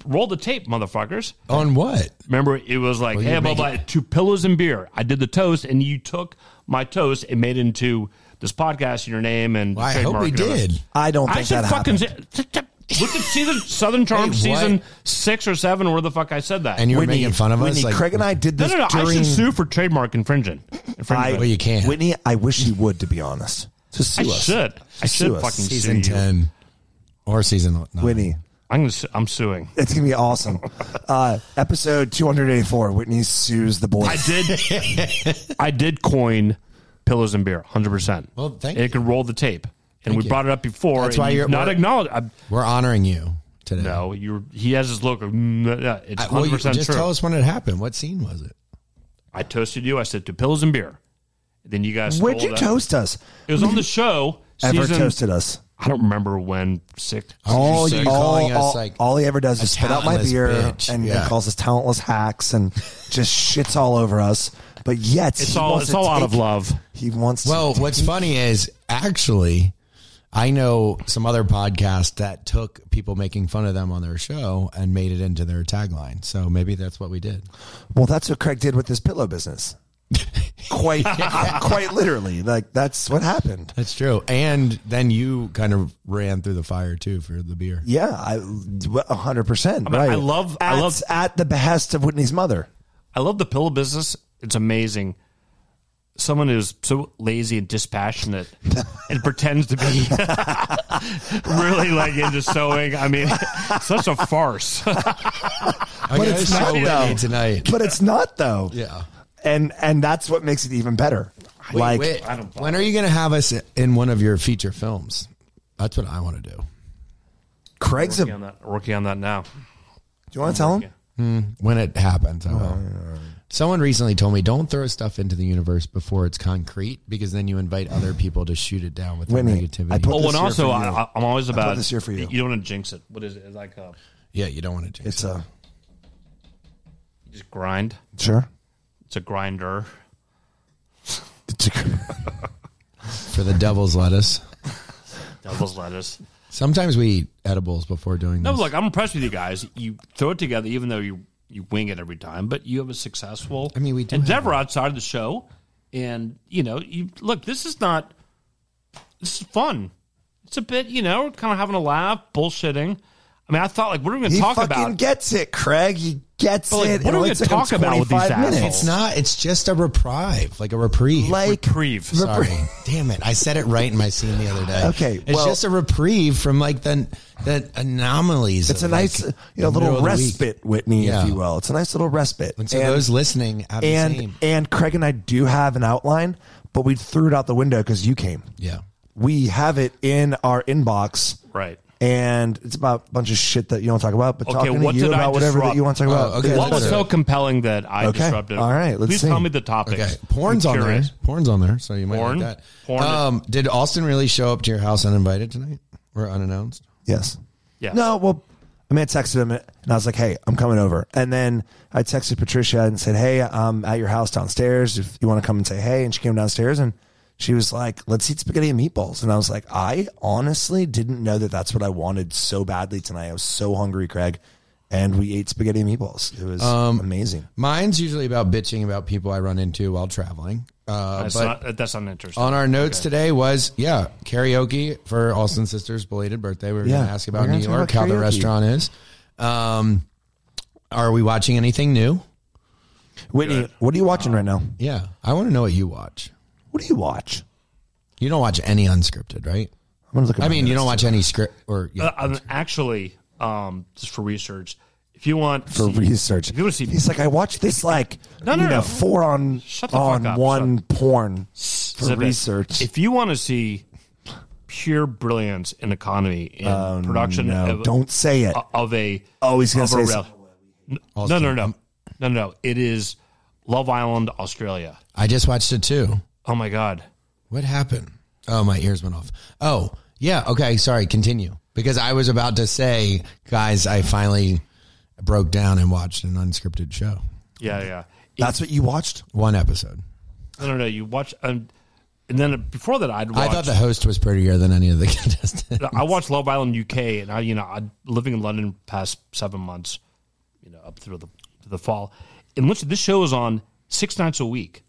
Speaker 4: Roll the tape, motherfuckers.
Speaker 2: On what?
Speaker 4: Remember, it was like,
Speaker 2: you're
Speaker 4: hey, blah, blah,
Speaker 2: making-
Speaker 4: two pillows and beer. I did the toast, and you took my toast and made it into this podcast, your name, and
Speaker 2: Well, I hope
Speaker 4: trademark
Speaker 2: we
Speaker 4: and everything.
Speaker 2: did.
Speaker 3: I don't
Speaker 4: I
Speaker 3: think
Speaker 4: should
Speaker 3: that
Speaker 4: fucking
Speaker 3: happened.
Speaker 4: say, look at season Southern Charm
Speaker 2: Hey, what?
Speaker 4: season six or seven, where the fuck I said that.
Speaker 2: And you were
Speaker 3: Whitney,
Speaker 2: making fun of us.
Speaker 3: Whitney,
Speaker 2: like,
Speaker 3: Craig and I did
Speaker 4: no,
Speaker 3: this
Speaker 4: no, no. I
Speaker 3: during.
Speaker 4: should sue for trademark infringing. infringement.
Speaker 2: well, you can't.
Speaker 3: Whitney, I wish you would, to be honest. So sue
Speaker 4: I
Speaker 3: us.
Speaker 4: should. I should
Speaker 3: us.
Speaker 4: fucking
Speaker 2: season
Speaker 4: sue you.
Speaker 2: ten or season nine.
Speaker 3: Whitney,
Speaker 4: I'm gonna. Su- I'm suing.
Speaker 3: it's going to be awesome. Uh, episode 284 Whitney sues the boys.
Speaker 4: I did. I did coin pillows and beer, hundred percent.
Speaker 2: Well, thank
Speaker 4: and
Speaker 2: you.
Speaker 4: It could roll the tape, and we
Speaker 2: you.
Speaker 4: brought it up before.
Speaker 2: That's
Speaker 4: and
Speaker 2: why
Speaker 4: you
Speaker 2: you're-
Speaker 4: not
Speaker 2: we're-
Speaker 4: acknowledge. I,
Speaker 2: We're honoring you today.
Speaker 4: no, you're. He has his look. of, "Mm, yeah, It's
Speaker 2: I- well,
Speaker 4: hundred
Speaker 2: you,
Speaker 4: percent
Speaker 2: just
Speaker 4: true.
Speaker 2: tell us when it happened. What scene was it?
Speaker 4: I toasted you. I said two pillows and beer. Then you guys.
Speaker 3: Where'd
Speaker 4: stole
Speaker 3: you
Speaker 4: that.
Speaker 3: toast us?
Speaker 4: It was on the show.
Speaker 3: Ever
Speaker 4: season,
Speaker 3: toasted us?
Speaker 4: I don't remember when. Six.
Speaker 2: All
Speaker 3: he-
Speaker 2: you Oh, calling us
Speaker 3: all-
Speaker 2: like
Speaker 3: all he ever does
Speaker 2: a
Speaker 3: is spit out my
Speaker 2: talentless
Speaker 3: beer
Speaker 2: bitch.
Speaker 3: and, and
Speaker 2: Yeah.
Speaker 3: calls us talentless hacks and just shits all over us. But yet
Speaker 4: It's
Speaker 3: he
Speaker 4: all.
Speaker 3: wants
Speaker 4: It's
Speaker 3: to
Speaker 4: all out
Speaker 3: take-
Speaker 4: of love.
Speaker 3: He wants.
Speaker 2: Well,
Speaker 3: to,
Speaker 2: what's funny is actually, I know some other podcasts that took people making fun of them on their show and made it into their tagline. So maybe that's what we did.
Speaker 3: well, that's what Craig did with his pillow business. quite, quite literally. Like that's what happened.
Speaker 2: That's true. And then you kind of ran through the fire too for the beer.
Speaker 3: Yeah, I, hundred percent.
Speaker 4: mean, I
Speaker 3: Right.
Speaker 4: love-
Speaker 3: At,
Speaker 4: I love-
Speaker 3: at the behest of Whitney's mother.
Speaker 4: I love the pillow business. It's amazing. Someone who's so lazy and dispassionate and pretends to be really like into sewing. I mean, such a farce.
Speaker 2: I got
Speaker 3: it's
Speaker 2: a
Speaker 3: not,
Speaker 2: show
Speaker 3: though.
Speaker 2: Whitney tonight.
Speaker 3: But it's not though.
Speaker 2: Yeah.
Speaker 3: And and that's what makes it even better. like
Speaker 2: Wait, when are you going to have us in one of your feature films? That's what I want to do.
Speaker 3: Craig's a.
Speaker 4: working, on that, working on that now.
Speaker 3: Do you want to tell him?
Speaker 2: When it happens, I will. Someone recently told me don't throw stuff into the universe before it's concrete because then you invite other people to shoot it down with their
Speaker 3: Whitney,
Speaker 2: negativity.
Speaker 3: I put-
Speaker 4: Oh,
Speaker 3: this
Speaker 4: and
Speaker 3: year
Speaker 4: also,
Speaker 3: for
Speaker 4: I,
Speaker 3: you.
Speaker 4: I- I'm always
Speaker 3: put
Speaker 4: about
Speaker 3: this year for you.
Speaker 4: You don't want to jinx it. What is it? It's like uh,
Speaker 2: yeah, you don't want to do
Speaker 3: It's a
Speaker 4: you just grind.
Speaker 3: sure.
Speaker 4: It's a grinder.
Speaker 3: It's a-
Speaker 2: for the devil's lettuce.
Speaker 4: Devil's lettuce.
Speaker 2: Sometimes we eat edibles before doing
Speaker 4: No,
Speaker 2: this.
Speaker 4: look, I'm impressed with you guys. You throw it together, even though you you wing it every time. But you have a successful.
Speaker 2: I mean, we do have
Speaker 4: endeavor outside of the show, and you know, you look. This is not. This is fun. It's a bit, you know, we're kind of having a laugh, bullshitting. I mean, I thought like, what are we going to
Speaker 3: He
Speaker 4: talk
Speaker 3: fucking
Speaker 4: about?
Speaker 3: gets it, Craig. He gets
Speaker 4: But, like,
Speaker 3: it.
Speaker 4: what
Speaker 3: It
Speaker 4: are we
Speaker 3: only
Speaker 4: gonna
Speaker 3: took him
Speaker 4: talk about with these
Speaker 3: 25
Speaker 4: assholes?
Speaker 3: minutes.
Speaker 2: it's not. It's just a reprieve, like a reprieve.
Speaker 3: like
Speaker 4: reprieve.
Speaker 2: Sorry, damn it! I said it right in my scene the other day.
Speaker 3: Okay,
Speaker 2: it's
Speaker 3: well-
Speaker 2: just a reprieve from like the the anomalies.
Speaker 3: it's a
Speaker 2: of, like,
Speaker 3: nice, uh, you know,
Speaker 2: the middle
Speaker 3: little
Speaker 2: of the week.
Speaker 3: respite, Whitney,
Speaker 2: Yeah.
Speaker 3: if you will. It's a nice little respite.
Speaker 2: And so those listening have the
Speaker 3: and
Speaker 2: same.
Speaker 3: and Craig and I do have an outline, but we threw it out the window because you came.
Speaker 2: Yeah,
Speaker 3: We have it in our inbox,
Speaker 4: Right.
Speaker 3: and it's about a bunch of shit that you don't talk about, but
Speaker 4: Okay,
Speaker 3: talking
Speaker 4: what
Speaker 3: to you
Speaker 4: did I
Speaker 3: about whatever that
Speaker 4: disrupt?
Speaker 3: you want to talk
Speaker 2: Oh,
Speaker 3: about.
Speaker 2: okay,
Speaker 4: What
Speaker 2: let's
Speaker 4: was
Speaker 2: do
Speaker 4: so
Speaker 2: it.
Speaker 4: compelling that I
Speaker 3: Okay.
Speaker 4: disrupted?
Speaker 3: All right, let's
Speaker 4: Please
Speaker 3: see.
Speaker 4: tell me the topics.
Speaker 2: okay. Porn's
Speaker 4: I'm
Speaker 2: on there.
Speaker 4: curious.
Speaker 2: Porn's on there, so you might
Speaker 4: Porn?
Speaker 2: like that.
Speaker 4: Porn.
Speaker 2: Um, did Austin really show up to your house uninvited tonight or unannounced?
Speaker 3: Yes.
Speaker 4: Yeah.
Speaker 3: No, well, I mean, I texted him and I was like, hey, I'm coming over. And then I texted Patricia and said, hey, I'm at your house downstairs if you want to come and say hey. And she came downstairs and she was like, let's eat spaghetti and meatballs. And I was like, I honestly didn't know that that's what I wanted so badly tonight. I was so hungry, Craig. And we ate spaghetti and meatballs. It was
Speaker 2: Um,
Speaker 3: amazing.
Speaker 2: Mine's usually about bitching about people I run into while traveling. Uh,
Speaker 4: That's
Speaker 2: but
Speaker 4: not, that's not interesting.
Speaker 2: on our notes today was yeah karaoke for Austin Sisters' belated birthday. We were going
Speaker 3: Yeah.
Speaker 2: to ask
Speaker 3: We're
Speaker 2: about
Speaker 3: gonna
Speaker 2: New
Speaker 3: talk
Speaker 2: York,
Speaker 3: about
Speaker 2: how the
Speaker 3: karaoke.
Speaker 2: restaurant is. Um, are we watching anything new?
Speaker 3: Whitney, what are you watching
Speaker 2: Uh,
Speaker 3: right now?
Speaker 2: Yeah, I want to know what you watch.
Speaker 3: What do you watch?
Speaker 2: You don't watch any unscripted, right?
Speaker 3: I'm gonna look at
Speaker 2: I
Speaker 3: my
Speaker 2: mean, you
Speaker 3: notes.
Speaker 2: don't watch any script or yeah.
Speaker 4: Uh, um, actually, um, just for research, if you want
Speaker 3: for research.
Speaker 4: If you wanna see-
Speaker 3: He's like, I watched this like
Speaker 4: No, no,
Speaker 3: you know,
Speaker 4: no.
Speaker 3: four on
Speaker 4: Shut the
Speaker 3: on
Speaker 4: fuck up.
Speaker 3: one porn for
Speaker 4: Zip it.
Speaker 3: research.
Speaker 4: If you want to see pure brilliance in economy in production,
Speaker 3: Oh, no,
Speaker 4: of,
Speaker 3: don't say it.
Speaker 2: uh,
Speaker 4: of a
Speaker 3: Oh, he's gonna
Speaker 4: of a
Speaker 3: say
Speaker 4: rel- no, no, no, no, no, no. It is Love Island, Australia.
Speaker 2: I just watched it too.
Speaker 4: Oh my god,
Speaker 2: What happened? Oh, my ears went off. Oh, yeah. Okay. Sorry. Continue. Because I was about to say, guys, I finally broke down and watched an unscripted show.
Speaker 4: yeah, yeah.
Speaker 3: That's what you watched.
Speaker 2: One episode.
Speaker 4: No, no, no. You watch, um, and then before that, I'd
Speaker 2: I
Speaker 4: watched.
Speaker 2: thought the host was prettier than any of the contestants.
Speaker 4: I watched Love Island UK, and I, you know, I'm living in London past seven months, you know, up through the through the fall. And listen, this show is on six nights a week.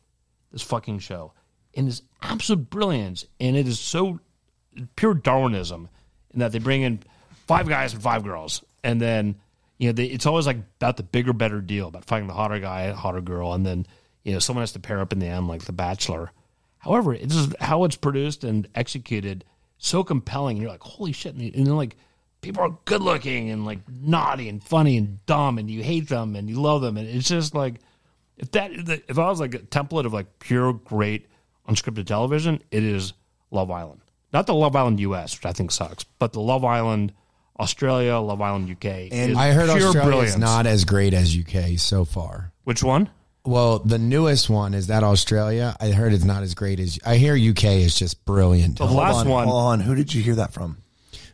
Speaker 4: This fucking show, and it's absolute brilliance, and it is so pure Darwinism in that they bring in five guys and five girls, and then you know they, it's always like about the bigger, better deal about finding the hotter guy, hotter girl, and then you know someone has to pair up in the end, like The Bachelor. However, it's just how it's produced and executed so compelling. You're like, holy shit, and, and then like people are good looking and like naughty and funny and dumb, and you hate them and you love them, and it's just like if that if I was like a template of like pure great unscripted television, it is Love Island. Not the Love Island US, which I think sucks, but the Love Island Australia, Love Island UK. And
Speaker 2: I heard Australia is not as great as UK so far.
Speaker 4: Which one?
Speaker 2: Well, the newest one is that Australia. I heard it's not as great as I hear UK is just brilliant.
Speaker 4: The last
Speaker 3: Hold on,
Speaker 4: one.
Speaker 3: hold on. Who did you hear that from?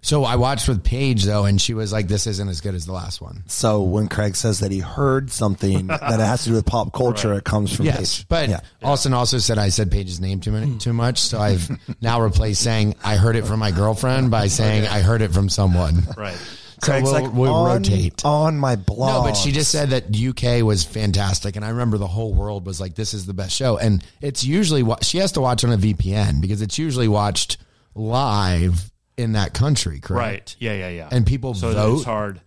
Speaker 2: So I watched with Paige though, and she was like, "This isn't as good as the last one."
Speaker 3: So when Craig says that he heard something that it has to do with pop culture, it comes from Paige.
Speaker 2: but
Speaker 3: yeah.
Speaker 2: Austin also said I said Paige's name too many, too much, so I've now replaced saying I heard it from my girlfriend by saying I heard it from someone.
Speaker 4: Right.
Speaker 2: So
Speaker 3: Craig's
Speaker 2: we'll,
Speaker 3: like
Speaker 2: we'll
Speaker 3: on,
Speaker 2: rotate.
Speaker 3: on my blog.
Speaker 2: No, but she just said that UK was fantastic, and I remember the whole world was like, "This is the best show." And it's usually wa- she has to watch on a VPN because it's usually watched live in that country, correct?
Speaker 4: Right. Yeah, yeah, yeah.
Speaker 2: And people
Speaker 4: so
Speaker 2: vote.
Speaker 4: it's hard.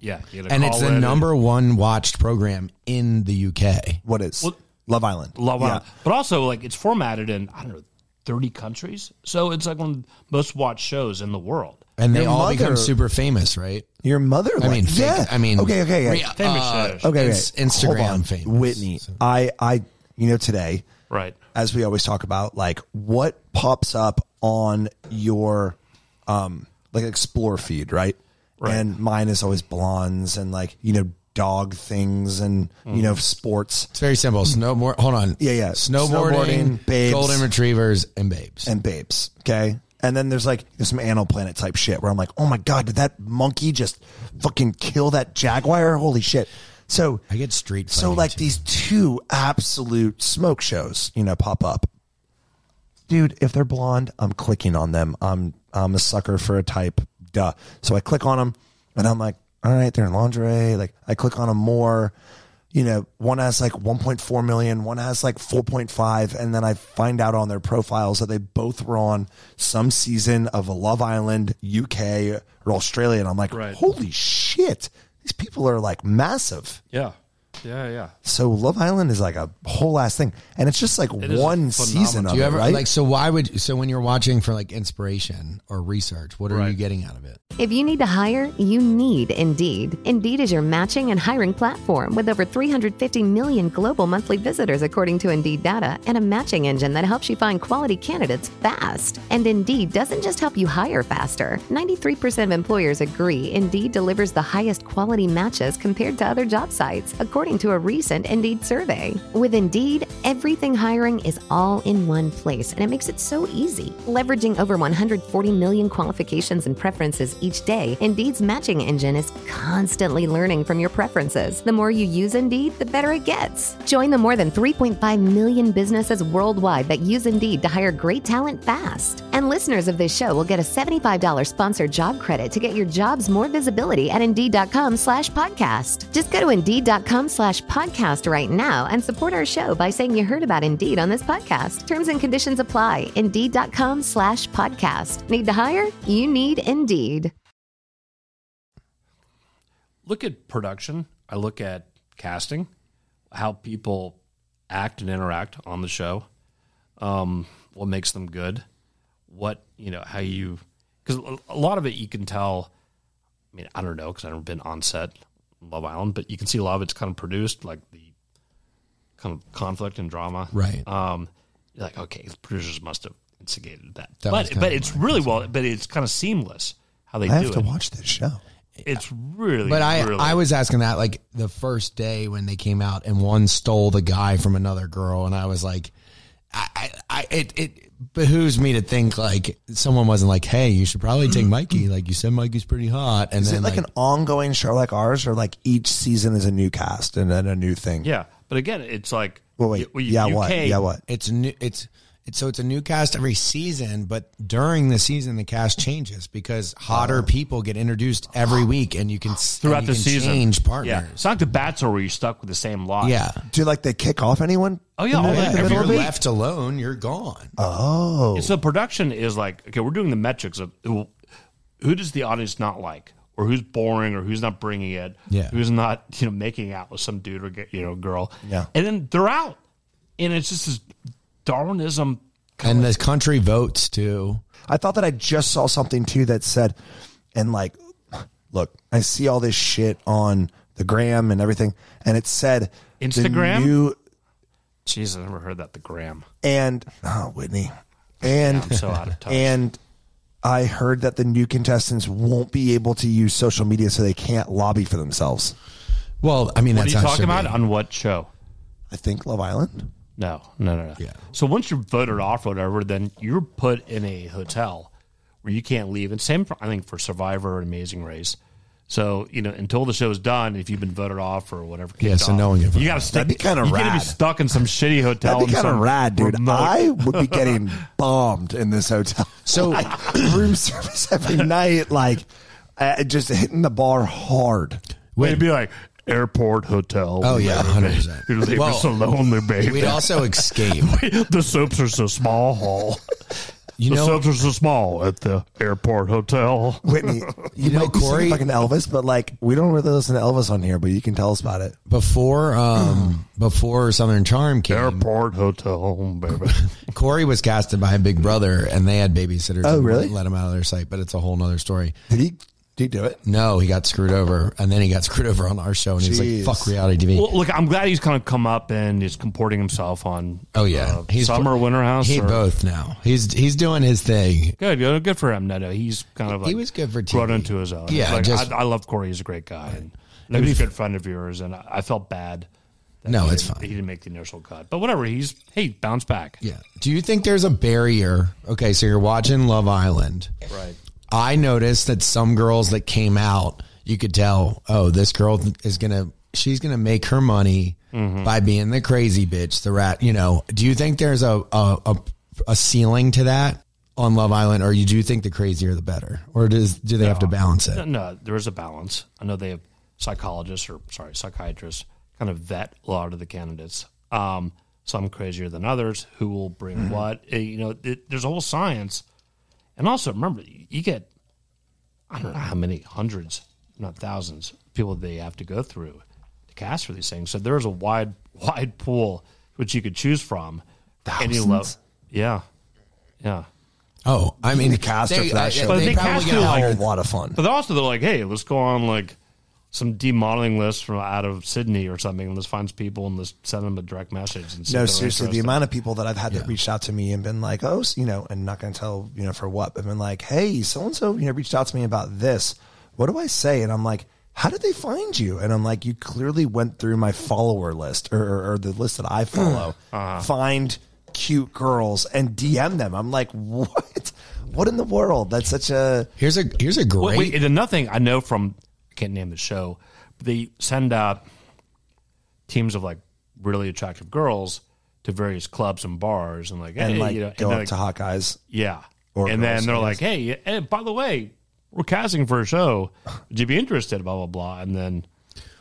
Speaker 4: Yeah. you gotta
Speaker 2: And it's
Speaker 4: call
Speaker 2: the
Speaker 4: in and-
Speaker 2: number one watched program in the UK.
Speaker 3: what is Love Island?
Speaker 4: Love
Speaker 3: Yeah.
Speaker 4: Island. But also, like, it's formatted in, I don't know, 30 countries. So it's like one of the most watched shows in the world.
Speaker 2: And they
Speaker 3: Your
Speaker 2: all
Speaker 3: mother-
Speaker 2: become super famous, right?
Speaker 3: Your mother.
Speaker 2: I mean,
Speaker 3: liked-
Speaker 2: fake-
Speaker 3: yeah.
Speaker 2: I mean,
Speaker 3: okay, okay, okay.
Speaker 2: Re-
Speaker 4: Famous
Speaker 2: uh,
Speaker 4: shows.
Speaker 3: okay,
Speaker 2: Ins-
Speaker 3: okay. Hold
Speaker 2: Instagram
Speaker 3: on.
Speaker 2: famous.
Speaker 3: Whitney, I, I, you know, today
Speaker 4: Right.
Speaker 3: as we always talk about, like what pops up on your um like explore feed, right? And mine is always blondes and like, you know, dog things and
Speaker 2: Mm.
Speaker 3: you know sports
Speaker 2: It's very simple. Snowboard. Hold on.
Speaker 3: Hmm. Yeah, yeah.
Speaker 2: Snowboarding,
Speaker 3: Snowboarding, babes.
Speaker 2: golden retrievers, and babes.
Speaker 3: and babes. Okay. And then there's like there's some Animal Planet type shit where I'm like, oh my god, did that monkey just fucking kill that jaguar? Holy shit! So
Speaker 2: I get street.
Speaker 3: so
Speaker 2: fighting,
Speaker 3: like
Speaker 2: too.
Speaker 3: these two absolute smoke shows, you know, pop up. Dude, if they're blonde, I'm clicking on them. I'm I'm a sucker for a type. Duh. So I click on them and I'm like, all right, they're in lingerie. Like I click on them more. You know, one has like 1.4 million, one has like 4.5, and then I find out on their profiles that they both were on some season of Love Island UK or Australia, and I'm like,
Speaker 4: Right.
Speaker 3: holy shit, these people are like massive.
Speaker 4: Yeah. Yeah, yeah.
Speaker 3: So Love Island is like a whole ass thing, and it's just like
Speaker 4: is
Speaker 3: one
Speaker 4: a
Speaker 3: season
Speaker 4: phenomenon.
Speaker 3: of
Speaker 2: Do you ever
Speaker 3: it, right?
Speaker 2: like? So why would? So when you're watching for like inspiration or research, what are you getting out of it?
Speaker 7: If you need to hire, you need Indeed. Indeed is your matching and hiring platform with over 350 million global monthly visitors, according to Indeed data, and a matching engine that helps you find quality candidates fast. And Indeed doesn't just help you hire faster. 93% of employers agree Indeed delivers the highest quality matches compared to other job sites, according to a recent Indeed survey. With Indeed, everything hiring is all in one place, and it makes it so easy. Leveraging over 140 million qualifications and preferences each day, Indeed's matching engine is constantly learning from your preferences. The more you use Indeed, the better it gets. Join the more than 3.5 million businesses worldwide that use Indeed to hire great talent fast. And listeners of this show will get a $75 sponsored job credit to get your jobs more visibility at Indeed.com slash podcast. Just go to Indeed.com slash podcast right now and support our show by saying you heard about Indeed on this podcast. Terms and conditions apply. Indeed.com slash podcast. Need to hire? You need Indeed.
Speaker 4: Look at production. I look at casting, how people act and interact on the show, um, what makes them good, what, you know, how you, because a lot of it you can tell. I mean, I don't know because I've never been on set Love Island, but you can see a lot of it's kind of produced, like the kind of conflict and drama.
Speaker 2: Right.
Speaker 4: Um, you're like, okay, the producers must have instigated that.
Speaker 2: That was
Speaker 4: but
Speaker 2: kind
Speaker 4: but
Speaker 2: of
Speaker 4: it's
Speaker 2: my
Speaker 4: really well, but it's kind of seamless how they
Speaker 3: I
Speaker 4: do
Speaker 3: have to
Speaker 4: it.
Speaker 3: watch this show.
Speaker 4: It's really,
Speaker 2: But I,
Speaker 4: really,
Speaker 2: I was asking that like the first day when they came out and one stole the guy from another girl, and I was like, I, I, I it, it behooves me to think like someone wasn't like, hey, you should probably take Mikey. Like you said, Mikey's pretty hot,
Speaker 3: Mm-hmm.
Speaker 2: and
Speaker 3: Is
Speaker 2: then
Speaker 3: it like, an ongoing show like ours, or like each season is a new cast and then a new thing?
Speaker 4: yeah. But again, it's like,
Speaker 3: Well, wait.
Speaker 4: y-
Speaker 3: yeah.
Speaker 4: UK
Speaker 3: What? Yeah. What?
Speaker 2: it's new it's it's so it's a new cast every season but during the season the cast changes because hotter people get introduced every week and you can s-
Speaker 4: Throughout
Speaker 2: and
Speaker 4: the
Speaker 2: you can
Speaker 4: season,
Speaker 2: change
Speaker 4: Yeah,
Speaker 2: partners
Speaker 4: it's not like the Bachelor where you're stuck with the same lot.
Speaker 2: yeah,
Speaker 3: Do like they kick off anyone?
Speaker 4: Oh yeah,
Speaker 3: in
Speaker 4: all
Speaker 3: the-
Speaker 4: that,
Speaker 3: in the
Speaker 2: if
Speaker 4: every
Speaker 2: you're
Speaker 3: middle of it?
Speaker 2: left alone you're gone
Speaker 3: Oh,
Speaker 4: So production is like, okay, we're doing the metrics of who, who does the audience not like, or who's boring, or who's not bringing it,
Speaker 2: Yeah.
Speaker 4: who's not you know making out with some dude or get- you know girl,
Speaker 3: Yeah.
Speaker 4: and then they're out, and it's just this Darwinism.
Speaker 2: and the country votes too
Speaker 3: I thought that I just saw something too that said, and like, look, I see all this shit on the gram and everything, and it said the
Speaker 4: Instagram?
Speaker 3: new-
Speaker 4: Jeez, I never heard that. The gram.
Speaker 3: and oh, Whitney, and
Speaker 4: I'm so out of touch.
Speaker 3: And I heard that the new contestants won't be able to use social media, so they can't lobby for themselves.
Speaker 2: well i mean
Speaker 4: what are
Speaker 2: that's
Speaker 4: you
Speaker 2: how it
Speaker 4: talking
Speaker 2: should
Speaker 4: about?
Speaker 2: be.
Speaker 4: On what show?
Speaker 3: I think Love Island.
Speaker 4: No, no, no, no.
Speaker 2: Yeah.
Speaker 4: So once you're voted off or whatever, then you're put in a hotel where you can't leave. And same, for, I think, for Survivor and Amazing Race. So you know, until the show's done, if you've been voted off or whatever,
Speaker 2: Yeah,
Speaker 4: kicked
Speaker 2: so
Speaker 4: off,
Speaker 2: no one can vote
Speaker 4: you got to stick.
Speaker 3: That'd be kinda
Speaker 4: you gotta
Speaker 3: rad.
Speaker 4: be stuck in some shitty hotel.
Speaker 3: That'd be
Speaker 4: in
Speaker 3: kind of
Speaker 4: some
Speaker 3: rad, dude.
Speaker 4: remote-
Speaker 3: I would be getting bombed in this hotel.
Speaker 2: So-
Speaker 3: Like, room service every night, like uh, just hitting the bar hard.
Speaker 4: It'd be like airport hotel.
Speaker 2: oh yeah 100%
Speaker 4: You're leaving us alone there, baby.
Speaker 2: we'd also escape
Speaker 4: the soaps are so small. Hall.
Speaker 2: you
Speaker 4: the
Speaker 2: know
Speaker 4: soaps are so small at the airport hotel.
Speaker 3: Whitney, you,
Speaker 2: know,
Speaker 3: might be singing
Speaker 2: Corey-
Speaker 3: fucking Elvis, but like we don't really listen to Elvis on here, but you can tell us about it.
Speaker 2: before um before southern charm came
Speaker 4: Airport hotel, baby.
Speaker 2: Corey was casted by Big Brother, and they had babysitters.
Speaker 3: Oh,
Speaker 2: and
Speaker 3: really?
Speaker 2: wouldn't Let him out of their sight, but it's a whole nother story.
Speaker 3: Did he? Did he do it?
Speaker 2: No, he got screwed over, and then he got screwed over on our show, and
Speaker 3: Jeez.
Speaker 2: he's like, "Fuck reality TV."
Speaker 4: Well, look, I'm glad he's kind of come up and is comporting himself on.
Speaker 2: oh yeah,
Speaker 4: uh, summer winter house.
Speaker 2: He
Speaker 4: or-
Speaker 2: both now. He's he's doing his thing.
Speaker 4: Good, good, good for him. No, no, he's kind of
Speaker 2: He
Speaker 4: like
Speaker 2: was good for
Speaker 4: grown
Speaker 2: TV.
Speaker 4: into his own.
Speaker 2: Yeah,
Speaker 4: Like,
Speaker 2: just-
Speaker 4: I, I love Corey. He's a great guy. And Like he's a good friend of yours, and I, I felt bad. that
Speaker 2: No,
Speaker 4: he
Speaker 2: it's
Speaker 4: didn't-
Speaker 2: fine.
Speaker 4: He didn't make the initial cut, but whatever. He's hey, bounce back.
Speaker 2: Yeah. Do you think there's a barrier? Okay, so you're watching Love Island.
Speaker 4: Right.
Speaker 2: I noticed that some girls that came out, you could tell, oh, this girl is going to, she's going to make her money
Speaker 4: Mm-hmm.
Speaker 2: by being the crazy bitch, the rat. You know, do you think there's a, a, a, a ceiling to that on Love Island? Or you do think the crazier the better? Or does, do they have to balance it?
Speaker 4: No, uh, no, there is a balance. I know they have psychologists or sorry, psychiatrists kind of vet a lot of the candidates. Um, some crazier than others. Who will bring what? Eh, You know, it, there's a whole science. And also remember, you you get I don't know how many hundreds, not thousands, people they have to go through to cast for these things. So there's a wide, wide pool which you could choose from. Any level, yeah, yeah.
Speaker 2: Oh, I mean,
Speaker 3: The caster for that show.
Speaker 4: But
Speaker 2: They,
Speaker 4: they
Speaker 2: probably
Speaker 4: cast
Speaker 2: get
Speaker 4: it
Speaker 2: a
Speaker 4: like-
Speaker 2: hundred
Speaker 3: a lot of fun.
Speaker 4: But also, they're like, hey, let's go on like some demodeling list from out of Sydney or something, and let's find some people and let's send them a direct message. And see
Speaker 3: No,
Speaker 4: if they're
Speaker 3: seriously, the
Speaker 4: interested.
Speaker 3: amount of people that I've had that reached out to me and been like, oh, s- you know, and not going to tell, you know, for what, but been like, hey, so and so, you know, reached out to me about this. What do I say? And I'm like, how did they find you? And I'm like, you clearly went through my follower list or, or, or the list that I follow.
Speaker 4: Uh-huh.
Speaker 3: Find cute girls and DM them. I'm like, what? What in the world? That's such a.
Speaker 2: Here's a, here's a great,
Speaker 4: Wait, wait, and another thing I know from I can't name the show, but they send out teams of like really attractive girls to various clubs and bars and like
Speaker 3: And
Speaker 4: hey,
Speaker 3: like,
Speaker 4: you know, and
Speaker 3: go
Speaker 4: they're
Speaker 3: up
Speaker 4: like,
Speaker 3: to hot guys.
Speaker 4: yeah,
Speaker 3: Or
Speaker 4: and
Speaker 3: girls,
Speaker 4: then they're
Speaker 3: yes.
Speaker 4: like, hey, eh, by the way, we're casting for a show. Would you be interested? Blah blah blah, and then.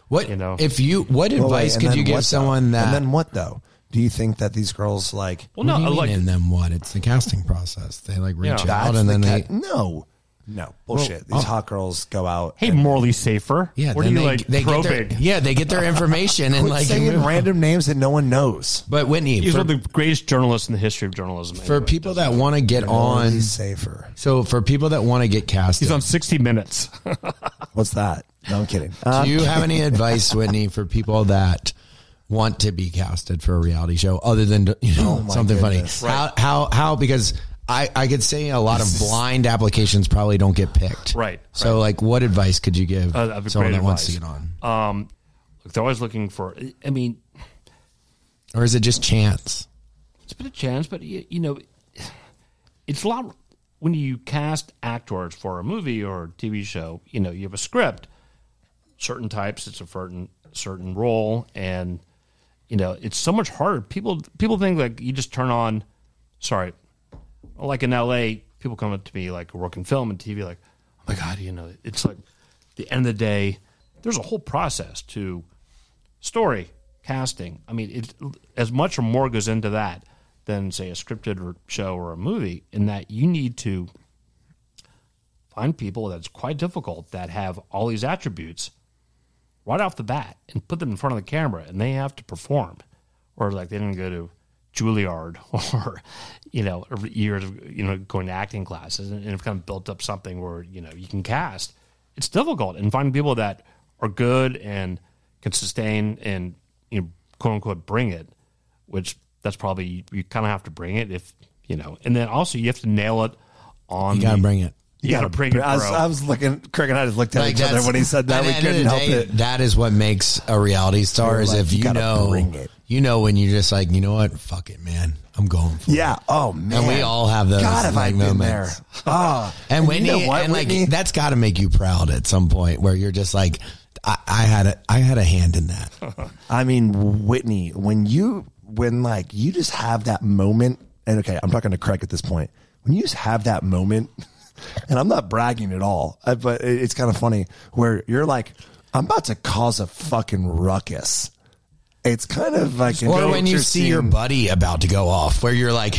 Speaker 2: what,
Speaker 4: you know.
Speaker 2: if you, what
Speaker 3: Well, wait,
Speaker 2: advice
Speaker 3: and
Speaker 2: could
Speaker 3: then
Speaker 2: you
Speaker 3: what,
Speaker 2: give
Speaker 3: though?
Speaker 2: someone that,
Speaker 3: And then what, though? Do you think that these girls, like,
Speaker 4: Well,
Speaker 2: what do
Speaker 4: no,
Speaker 2: you mean,
Speaker 4: like
Speaker 2: and then what? It's the casting process. They like reach
Speaker 4: Yeah.
Speaker 2: out and then
Speaker 3: the
Speaker 2: they,
Speaker 3: cat- no, no bullshit. These
Speaker 2: oh.
Speaker 3: hot girls go out.
Speaker 4: Hey,
Speaker 3: and
Speaker 4: morally safer.
Speaker 2: yeah.
Speaker 4: what are
Speaker 2: then
Speaker 4: you
Speaker 2: they,
Speaker 4: like
Speaker 2: they get their,
Speaker 4: probing?
Speaker 2: yeah, they get their information and
Speaker 3: quit
Speaker 2: like.
Speaker 3: saying random names that no one knows.
Speaker 2: But Whitney,
Speaker 4: He's
Speaker 2: for,
Speaker 4: one of the greatest journalists in the history of journalism.
Speaker 2: for
Speaker 4: anyway.
Speaker 2: people that want to get on,
Speaker 3: He's safer.
Speaker 2: so for people that want to get casted,
Speaker 4: he's on 60 Minutes.
Speaker 3: What's that? No, I'm kidding.
Speaker 2: do you have any advice, Whitney, for people that want to be casted for a reality show other than you
Speaker 4: Oh
Speaker 2: know something
Speaker 3: goodness.
Speaker 2: funny? How how how because. I, I could say a lot of blind applications probably don't get picked.
Speaker 4: Right,
Speaker 2: So, like, what advice could you give
Speaker 4: Uh, that'd be
Speaker 2: someone that
Speaker 4: great
Speaker 2: wants to
Speaker 4: advice.
Speaker 2: get on?
Speaker 4: um, look, they're always looking for. I mean,
Speaker 2: Or is it just chance?
Speaker 4: it's been a chance, but you, you know, it's a lot. When you cast actors for a movie or a TV show, you know, you have a script. Certain types, it's a certain certain role, and you know, it's so much harder. People people think like you just turn on. Sorry, like in LA, people come up to me like who work in film and TV, like, oh my god, you know, it's like the end of the day. There's a whole process to story casting. I mean, it as much or more goes into that than say a scripted or show or a movie. In that you need to find people that's quite difficult that have all these attributes right off the bat and put them in front of the camera and they have to perform or like they didn't go to Juilliard or you know or years of you know going to acting classes and, and have kind of built up something where you know you can cast it's difficult and finding people that are good and can sustain and you know quote unquote bring it which that's probably you, kind of have to bring it if you know and then also you have to nail it on
Speaker 2: You got to
Speaker 4: the-
Speaker 2: bring it.
Speaker 4: you, gotta, bring it
Speaker 3: Uh, I was,
Speaker 4: bro.
Speaker 3: I was looking. Craig and I just looked at each other
Speaker 2: that's-
Speaker 3: when he said that.
Speaker 2: at
Speaker 3: We
Speaker 2: the end of
Speaker 3: couldn't
Speaker 2: the
Speaker 3: help
Speaker 2: day,
Speaker 3: it.
Speaker 2: That is what makes a reality star is
Speaker 3: like,
Speaker 2: if
Speaker 3: you
Speaker 2: you,
Speaker 3: gotta bring
Speaker 2: know,
Speaker 3: it.
Speaker 2: you know when you're just like, you know what, fuck it, man, I'm going for
Speaker 3: Yeah.
Speaker 2: it.
Speaker 3: Oh man.
Speaker 2: we all have those,
Speaker 3: God, have
Speaker 2: like,
Speaker 3: I been
Speaker 2: moments.
Speaker 3: there? Oh,
Speaker 2: And Whitney,
Speaker 3: you know what,
Speaker 2: and like
Speaker 3: Whitney?
Speaker 2: that's got to make you proud at some point where you're just like, I, I had a, I had a hand in that.
Speaker 3: I mean, Whitney, when you when like you just have that moment, and okay, I'm talking to Craig at this point. When you just have that moment, and I'm not bragging at all, uh, but it- it's kind of funny where you're like, I'm about to cause a fucking ruckus. It's kind of like an
Speaker 2: or when you see your
Speaker 3: interesting-
Speaker 2: buddy about to go off, where you're like,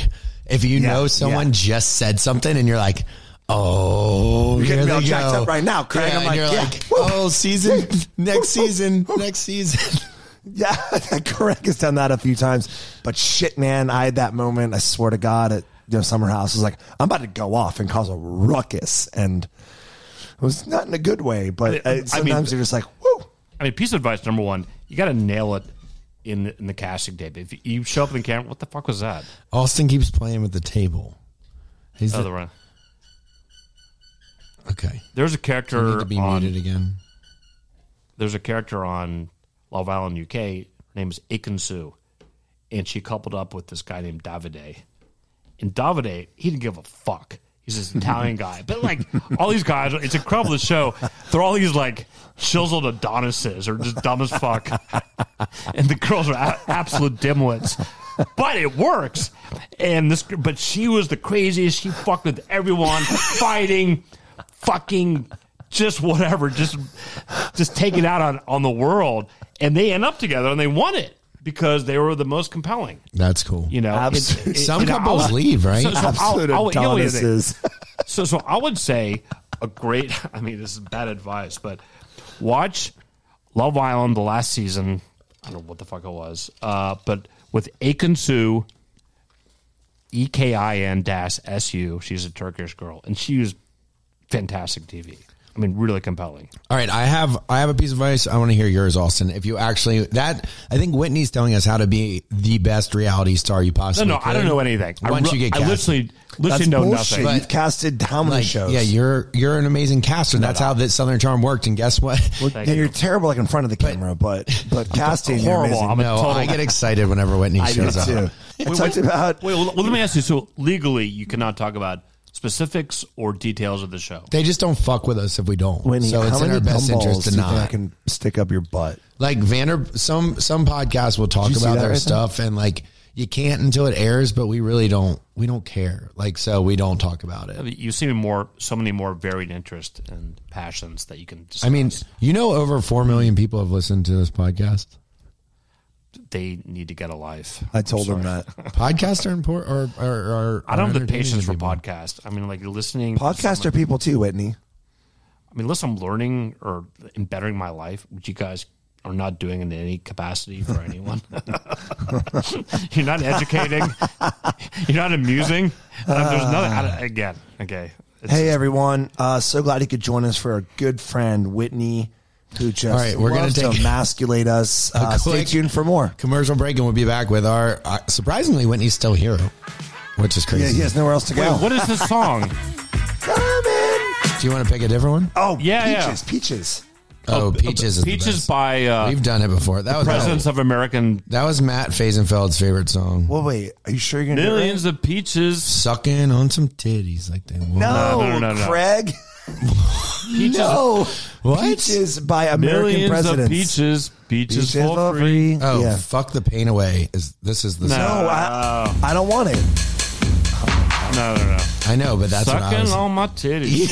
Speaker 2: if you
Speaker 3: Yeah,
Speaker 2: know someone
Speaker 3: yeah.
Speaker 2: just said something and you're like, oh,
Speaker 3: You're
Speaker 2: here
Speaker 3: getting
Speaker 2: they
Speaker 3: me all jacked
Speaker 2: go.
Speaker 3: up right now, Craig. I'm
Speaker 2: and
Speaker 3: like,
Speaker 2: you're
Speaker 3: yeah,
Speaker 2: like,
Speaker 3: woo,
Speaker 2: oh, season, next season, next season.
Speaker 3: Yeah, Craig has done that a few times. But shit, man, I had that moment. I swear to God, at you know summer house, I was like, I'm about to go off and cause a ruckus, and it was not in a good way. But
Speaker 4: I- I
Speaker 3: uh,
Speaker 4: mean-
Speaker 3: sometimes you're just like, whoo.
Speaker 4: I mean, piece of advice number one: you got to nail it in the, in the casting tape. If you show up in the camera, what the fuck was that?
Speaker 2: Austin keeps playing with the table. He's
Speaker 4: Other
Speaker 2: the,
Speaker 4: one.
Speaker 2: okay.
Speaker 4: There's a
Speaker 2: You need
Speaker 4: character
Speaker 2: to be
Speaker 4: on
Speaker 2: muted again.
Speaker 4: There's a character on Love Island UK. Her name is Aiken Sue, and she coupled up with this guy named Davide. And Davide, he didn't give a fuck. He's this Italian guy, but like all these guys, it's incredible. The show, they're all these like chiseled Adonises or just dumb as fuck, and the girls are a- absolute dimwits. But it works, and this. But she was the craziest. She fucked with everyone, fighting, fucking, just whatever, just just taking out on on the world, and they end up together and they won it because they were the most compelling.
Speaker 2: That's cool.
Speaker 4: You know,
Speaker 3: Abs-
Speaker 2: Some couples leave, right?
Speaker 3: Absolute
Speaker 4: you know, wait a minute.
Speaker 3: Adonises.
Speaker 4: so, so I would say a great. I mean, this is bad advice, but watch Love Island the last season. I don't know what the fuck it was, uh, but with Akin Su, E K I N dash S U. She's a Turkish girl, and she was fantastic TV. I mean, really compelling.
Speaker 2: All right, I have I have a piece of advice. I want to hear yours, Austin. If you actually that, I think Whitney's telling us how to be the best reality star you
Speaker 4: No,
Speaker 2: possibly.
Speaker 4: no, I don't know anything. I,
Speaker 2: Once
Speaker 4: re-
Speaker 2: you get
Speaker 4: I
Speaker 2: casted.
Speaker 4: literally, literally
Speaker 3: That's
Speaker 4: know
Speaker 3: bullshit.
Speaker 4: nothing.
Speaker 3: You've casted how many
Speaker 2: Like,
Speaker 3: shows?
Speaker 2: yeah, you're you're an amazing caster. That's how that Southern Charm worked. And guess what?
Speaker 3: Yeah, you're terrible like in front of the camera, but but casting you're
Speaker 4: horrible.
Speaker 3: amazing.
Speaker 4: I'm a
Speaker 2: no,
Speaker 4: total-
Speaker 2: I get excited whenever Whitney
Speaker 3: I do
Speaker 2: shows up.
Speaker 3: too. I talked about
Speaker 4: Wait, well, well, let me ask you. So legally, you cannot talk about specifics or details of the show.
Speaker 2: They just don't fuck with us if we don't.
Speaker 3: Whitney,
Speaker 2: so
Speaker 3: how
Speaker 2: it's in
Speaker 3: many
Speaker 2: our best
Speaker 3: gumballs
Speaker 2: interest
Speaker 3: do
Speaker 2: to
Speaker 3: you think I
Speaker 2: not.
Speaker 3: can stick up your butt.
Speaker 2: like Vander, some some podcasts will talk
Speaker 3: Did you see
Speaker 2: about
Speaker 3: that
Speaker 2: their
Speaker 3: right there?
Speaker 2: stuff, and like you can't until it airs. But we really don't. We don't care. Like so, we don't talk about it.
Speaker 4: You see more, so many more varied interests and passions that you can. Discuss.
Speaker 2: I mean, you know, over four million people have listened to this podcast.
Speaker 4: they need to get a life.
Speaker 3: I told him that.
Speaker 2: Podcasts are important. Or, or, or
Speaker 4: I don't have the
Speaker 2: entertaining
Speaker 4: patience
Speaker 2: to
Speaker 4: for
Speaker 2: people.
Speaker 4: podcast. I mean, like you're listening. to
Speaker 3: Podcasts are
Speaker 4: someone-
Speaker 3: people too, Whitney.
Speaker 4: I mean, unless I'm learning or and bettering my life, which you guys are not doing in any capacity for anyone. you're not educating. you're not amusing. Uh, there's nothing. I
Speaker 2: Ah.
Speaker 4: don't- again, okay. It's,
Speaker 3: Hey everyone, uh, so glad you could join us for our good friend Whitney, who just
Speaker 2: All right, we're gonna
Speaker 3: loves
Speaker 2: take
Speaker 3: to emasculate us. Uh, stay
Speaker 2: quick-
Speaker 3: tuned for more.
Speaker 2: Commercial break, and we'll be back with our. Uh, surprisingly, Whitney's still here, which is
Speaker 3: Yeah,
Speaker 2: crazy.
Speaker 3: he has nowhere else to
Speaker 4: Wait,
Speaker 3: go.
Speaker 2: Oh.
Speaker 4: what is this song?
Speaker 3: Come in.
Speaker 2: Do you want to pick a different one?
Speaker 3: Oh,
Speaker 4: Yeah, yeah.
Speaker 3: peaches, peaches.
Speaker 2: Oh, peaches. Is the
Speaker 4: Peaches
Speaker 2: best.
Speaker 4: by uh,
Speaker 2: We've done it before. That was
Speaker 4: Presidents of American
Speaker 2: That was Matt Faisenfeld's favorite song.
Speaker 3: Well, wait, are you sure you're gonna do it right?
Speaker 4: Millions of Peaches.
Speaker 2: Sucking on some titties like they want.
Speaker 3: No,
Speaker 4: No, no, no, no.
Speaker 3: Craig.
Speaker 4: Peaches.
Speaker 3: No,
Speaker 2: What?
Speaker 3: Peaches by American
Speaker 4: Millions of
Speaker 3: presidents.
Speaker 4: peaches, peaches,
Speaker 3: Peaches
Speaker 4: for
Speaker 3: for
Speaker 4: free.
Speaker 3: free.
Speaker 2: Oh,
Speaker 3: yeah.
Speaker 2: fuck the pain away. Is this is the
Speaker 4: No.
Speaker 2: song.
Speaker 3: No, I, I don't want it.
Speaker 4: No, no, no.
Speaker 2: I know, but that's what I
Speaker 4: Sucking
Speaker 2: was.
Speaker 4: on my titties.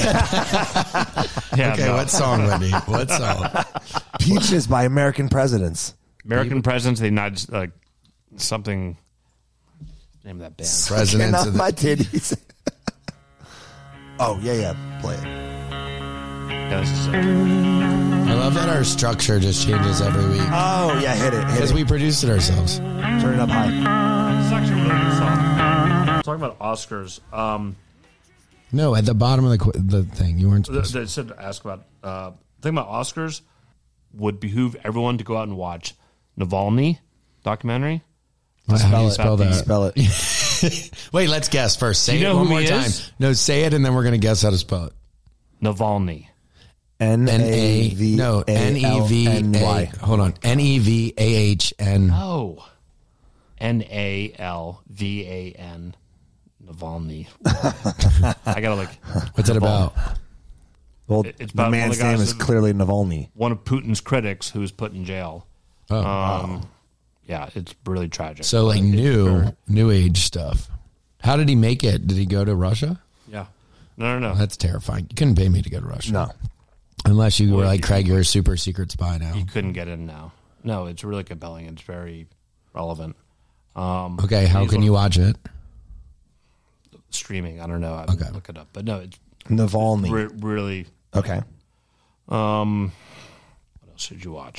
Speaker 4: Yeah.
Speaker 2: okay,
Speaker 4: no.
Speaker 2: what song, Whitney? What song?
Speaker 3: Peaches by American presidents.
Speaker 4: American presidents? They not like something. Name of that band.
Speaker 2: Presidents
Speaker 3: Not
Speaker 2: of the
Speaker 3: my titties. oh yeah, yeah. Play it.
Speaker 4: Yeah, this is it.
Speaker 2: I love that our structure just changes every week
Speaker 3: Oh yeah, hit it. Hit
Speaker 2: because
Speaker 3: it.
Speaker 2: we produced it ourselves.
Speaker 3: Turn it up high.
Speaker 4: It's actually a really good song. Talking about Oscars, um,
Speaker 2: No, at the bottom of the qu- the thing you weren't.
Speaker 4: th-
Speaker 2: Supposed to.
Speaker 4: they said to ask about uh, thing about Oscars would behoove everyone to go out and watch Navalny documentary.
Speaker 2: How do you
Speaker 4: spell
Speaker 2: spell
Speaker 4: it.
Speaker 2: that?
Speaker 3: Spell it.
Speaker 2: Wait, let's guess first. Say
Speaker 4: You
Speaker 2: it
Speaker 4: know
Speaker 2: one
Speaker 4: who
Speaker 2: more
Speaker 4: he
Speaker 2: time.
Speaker 4: is?
Speaker 2: No, say it, and then we're gonna guess how to spell it.
Speaker 4: Navalny.
Speaker 3: N
Speaker 2: N
Speaker 3: a
Speaker 2: A
Speaker 3: v
Speaker 2: no N E V A. Hold on, N E V A H N.
Speaker 4: Oh. N A L V A N Navalny. I gotta like
Speaker 2: What's it about?
Speaker 3: Well,
Speaker 4: It- it's
Speaker 3: the
Speaker 4: about
Speaker 3: man's
Speaker 4: one of the
Speaker 3: name
Speaker 4: guys
Speaker 3: is
Speaker 4: that-
Speaker 3: clearly Navalny.
Speaker 4: one of Putin's critics who was put in jail.
Speaker 2: Oh,
Speaker 4: Um, yeah, it's really tragic.
Speaker 2: So like new new age stuff. How did he make it? Did he go to Russia? Oh,
Speaker 4: yeah, no, no, no,
Speaker 2: That's terrifying. You couldn't pay me to go to Russia.
Speaker 3: No.
Speaker 2: Unless you were like Craig, you're a super secret spy now.
Speaker 4: you couldn't get in now. No, it's really compelling. It's very relevant. Um,
Speaker 2: Okay, how
Speaker 4: he's
Speaker 2: can
Speaker 4: on
Speaker 2: you watch it?
Speaker 4: streaming? I don't know. I will
Speaker 2: Okay.
Speaker 4: look it up. But no, it's
Speaker 3: Navalny.
Speaker 4: re- really.
Speaker 3: Okay.
Speaker 4: Um, what else did you watch?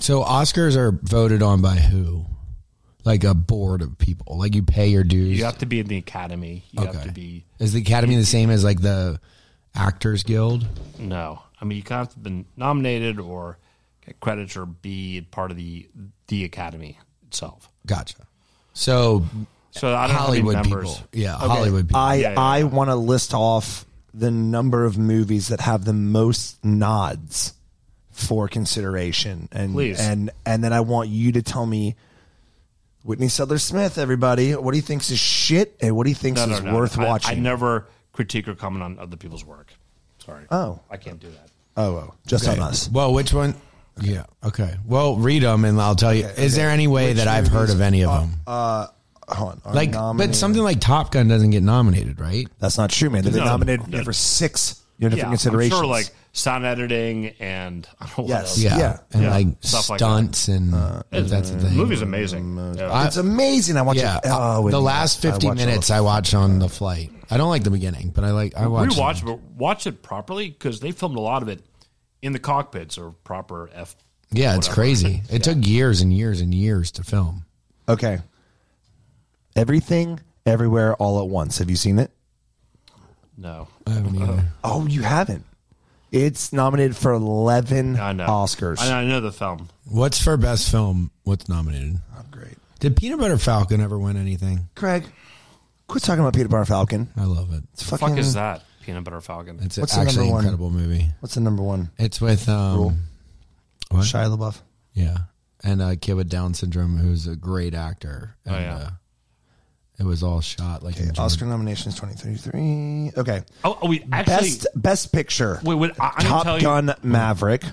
Speaker 2: So Oscars are voted on by who? Like a board of people. Like you pay your dues.
Speaker 4: You have to be in the academy. You have
Speaker 2: Okay.
Speaker 4: to be
Speaker 2: Is the Academy the same as like the Actors Guild?
Speaker 4: no. I mean, you kind of have to been nominated or get credits or be part of the the academy itself.
Speaker 2: Gotcha. So
Speaker 4: So I don't
Speaker 2: Hollywood
Speaker 4: know how many members.
Speaker 2: people. Yeah, Hollywood people.
Speaker 3: I
Speaker 4: Yeah, yeah,
Speaker 3: I
Speaker 4: yeah.
Speaker 3: want to list off the number of movies that have the most nods for consideration, and
Speaker 4: Please.
Speaker 3: and and then I want you to tell me. Whitney Sutherland Smith, everybody, what he thinks is shit, and what he thinks
Speaker 4: No, no,
Speaker 3: is
Speaker 4: no.
Speaker 3: worth
Speaker 4: I-
Speaker 3: watching.
Speaker 4: I never critique or comment on other people's work. Sorry.
Speaker 3: Oh.
Speaker 4: I can't do that.
Speaker 3: oh, oh, just
Speaker 2: Okay.
Speaker 3: on us.
Speaker 2: Well, which one? Yeah. Okay. Well, read them and I'll tell you. Is there any way that I've heard of any of them?
Speaker 3: Uh, Hold on, are
Speaker 2: Um, like, but
Speaker 3: nominated-
Speaker 2: something like Top Gun doesn't get nominated, right?
Speaker 3: that's not true, man. They're
Speaker 4: No,
Speaker 3: nominated
Speaker 4: no.
Speaker 3: for six different
Speaker 4: Yeah, I'm
Speaker 3: considerations.
Speaker 4: sure like sound editing and I don't know what
Speaker 3: Yes.
Speaker 4: else.
Speaker 2: Yeah.
Speaker 3: Yeah.
Speaker 2: And
Speaker 4: Yeah.
Speaker 2: like
Speaker 4: Stuff like
Speaker 2: stunts and if that's the
Speaker 4: The
Speaker 2: thing.
Speaker 4: movie's amazing. Yeah.
Speaker 3: it's amazing. I watch
Speaker 2: Yeah. Uh,
Speaker 3: it. Oh,
Speaker 2: the
Speaker 3: Whitney,
Speaker 2: last
Speaker 3: I
Speaker 2: 50
Speaker 3: watch all
Speaker 2: minutes
Speaker 3: of
Speaker 2: I
Speaker 3: it.
Speaker 2: watch on the flight. I don't like the beginning, but I like, I watch.
Speaker 4: Rewatch, but watch it properly because they filmed a lot of it in the cockpits or proper F.
Speaker 2: Yeah. It's
Speaker 4: whatever.
Speaker 2: crazy. It took years and years and years to film.
Speaker 3: Okay. Everything, everywhere, all at once. Have you seen it?
Speaker 4: No,
Speaker 2: I haven't
Speaker 4: Uh-huh.
Speaker 2: either.
Speaker 3: Oh, you haven't. It's nominated for eleven
Speaker 4: I know
Speaker 3: Oscars.
Speaker 4: I know, I know the film.
Speaker 2: What's for best film? What's nominated?
Speaker 3: Great,
Speaker 2: Did Peanut Butter Falcon ever win anything?
Speaker 3: Craig. Quit talking about Peter Butter Falcon.
Speaker 2: I love it. It's,
Speaker 4: The fuck is that? Peanut Butter Falcon.
Speaker 3: What's the number
Speaker 2: actually an
Speaker 3: one?
Speaker 2: incredible movie.
Speaker 3: What's the number one?
Speaker 2: It's with um, What?
Speaker 3: Shia LaBeouf.
Speaker 2: yeah, and a kid with Down syndrome who's a great actor. And,
Speaker 4: Oh, yeah.
Speaker 2: uh, it was all shot like in Jordan.
Speaker 3: Oscar nominations twenty thirty three. Okay,
Speaker 4: oh, oh, we actually.
Speaker 3: best best picture.
Speaker 4: Wait, wait, I- I'm gonna tell
Speaker 3: Top
Speaker 4: you-
Speaker 3: Gun Maverick.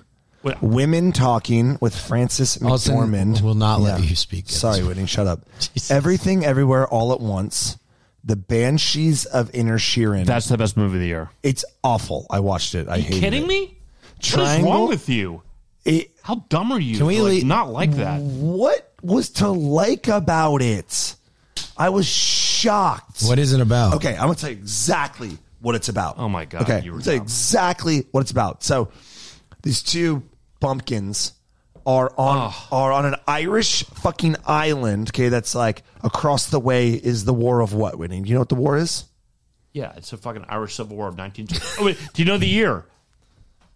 Speaker 4: Wait.
Speaker 3: Women talking with Francis
Speaker 2: Austin
Speaker 3: McDormand.
Speaker 2: will not let you speak.
Speaker 3: Sorry, Whitney. Shut up. Everything, everywhere, all at once. The Banshees of Inner Sheeran.
Speaker 4: that's the best movie of the year.
Speaker 3: It's awful. I watched it. I
Speaker 4: Are you
Speaker 3: hated
Speaker 4: kidding
Speaker 3: it.
Speaker 4: me? What is
Speaker 3: Triangle?
Speaker 4: wrong with you?
Speaker 3: It-
Speaker 4: How dumb are you?
Speaker 2: Can we
Speaker 4: to, like,
Speaker 2: leave-
Speaker 4: not like that?
Speaker 3: What was to like about it? I was shocked.
Speaker 2: What is it about?
Speaker 3: Okay, I'm gonna tell you exactly what it's about.
Speaker 4: Oh my God,
Speaker 3: Okay,
Speaker 4: you
Speaker 3: you
Speaker 4: were
Speaker 3: tell you
Speaker 4: dumb.
Speaker 3: exactly what it's about. So these two bumpkins are on are on an Irish fucking island. Okay, that's like across the way is the war of what, Whitney? You know what the war is?
Speaker 4: Yeah, it's a fucking Irish Civil War of 19. oh, wait, do you know the year?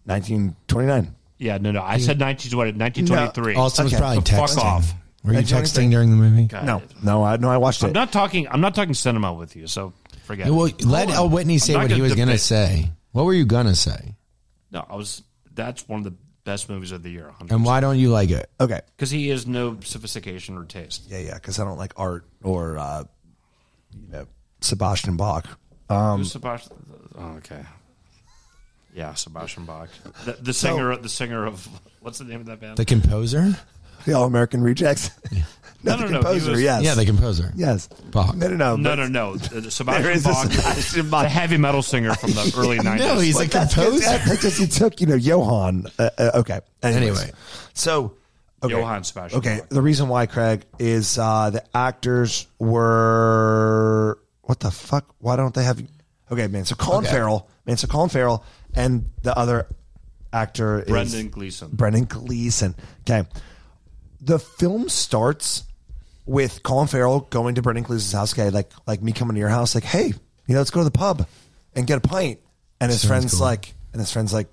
Speaker 3: 1929.
Speaker 4: Yeah, no, no. I said 1920, 1923.
Speaker 2: Austin was
Speaker 3: Okay.
Speaker 2: probably
Speaker 4: Fuck
Speaker 2: texting.
Speaker 4: off.
Speaker 2: Were you
Speaker 3: Hey, Johnny,
Speaker 2: texting
Speaker 3: thank-
Speaker 2: during the movie?
Speaker 3: No, no, I no, I watched
Speaker 4: I'm
Speaker 3: it.
Speaker 4: not talking. I'm not talking cinema with you. So forget.
Speaker 2: Yeah, Well,
Speaker 4: it.
Speaker 2: let
Speaker 4: Hold
Speaker 2: El
Speaker 4: on.
Speaker 2: Whitney
Speaker 4: I'm
Speaker 2: say
Speaker 4: not
Speaker 2: what he was going to
Speaker 4: debate-
Speaker 2: say. What were you going to say?
Speaker 4: No, I was. That's one of the best movies of the year.
Speaker 2: And why don't you like it?
Speaker 3: Okay,
Speaker 4: Because he has no sophistication or taste.
Speaker 3: yeah, yeah, because I don't like art or uh, you know Sebastian Bach. Um,
Speaker 4: Who's Sebastian? Oh, okay. Yeah, Sebastian Bach, the, the singer. the singer of what's the name of that band?
Speaker 2: The composer?
Speaker 3: The All American Rejects.
Speaker 4: No,
Speaker 3: no,
Speaker 4: no,
Speaker 3: the
Speaker 4: no, he
Speaker 3: composer.
Speaker 4: was-
Speaker 3: yes.
Speaker 2: Yeah, the composer.
Speaker 3: yes.
Speaker 2: Bach.
Speaker 3: No, no, no.
Speaker 4: no,
Speaker 3: but-
Speaker 4: no, no. The-
Speaker 3: There
Speaker 4: Sebastian
Speaker 3: is a
Speaker 4: Bach,
Speaker 3: Sebastian Bach.
Speaker 4: the heavy metal singer from the early '90s.
Speaker 2: No, he's a
Speaker 3: But that's 'cause
Speaker 2: composer.
Speaker 3: That, that just he took you know Johann. Uh, uh, okay. Anyways.
Speaker 2: Anyway.
Speaker 3: so okay.
Speaker 4: Johann Sebastian
Speaker 3: Okay,
Speaker 4: Bach.
Speaker 3: the reason why Craig is uh, the actors were what the fuck? Why don't they have? Okay, man. So Colin Farrell, man. So Colin Farrell and the other actor
Speaker 4: Brendan
Speaker 3: is
Speaker 4: Gleeson.
Speaker 3: Brendan Gleeson. Okay, the film starts with Colin Farrell going to Brendan Gleeson's house. Okay, like like me coming to your house, like, hey, you know, let's go to the pub and get a pint. And his
Speaker 2: Sounds
Speaker 3: friends
Speaker 2: cool.
Speaker 3: like, and his friends like,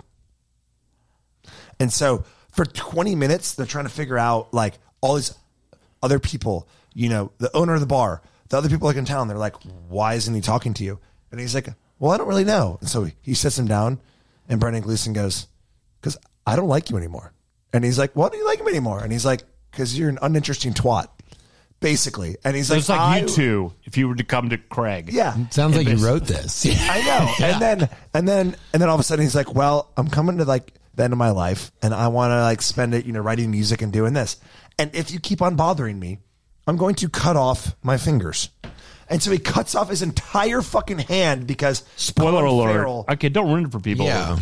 Speaker 3: And so for 20 minutes, they're trying to figure out like all these other people, you know, the owner of the bar, the other people like in town, they're like, why isn't he talking to you? And he's like, well, I don't really know. And so he sits him down and Brendan Gleason goes, because I don't like you anymore. And he's like, why do you like him anymore? And he's like, because you're an uninteresting twat, basically. And he's like,
Speaker 4: It's like
Speaker 3: "I-
Speaker 4: you two if you were to come to Craig.
Speaker 3: Yeah.
Speaker 2: Sounds like you wrote this.
Speaker 3: I know. And then and then and then all of a sudden he's like, "Well, I'm coming to like the end of my life, and I want to like spend it, you know, writing music and doing this. And if you keep on bothering me, I'm going to cut off my fingers." And so he cuts off his entire fucking hand because
Speaker 4: Spoiler
Speaker 3: Colin
Speaker 4: alert.
Speaker 3: Farrell-
Speaker 4: Okay, don't ruin it for people.
Speaker 2: yeah.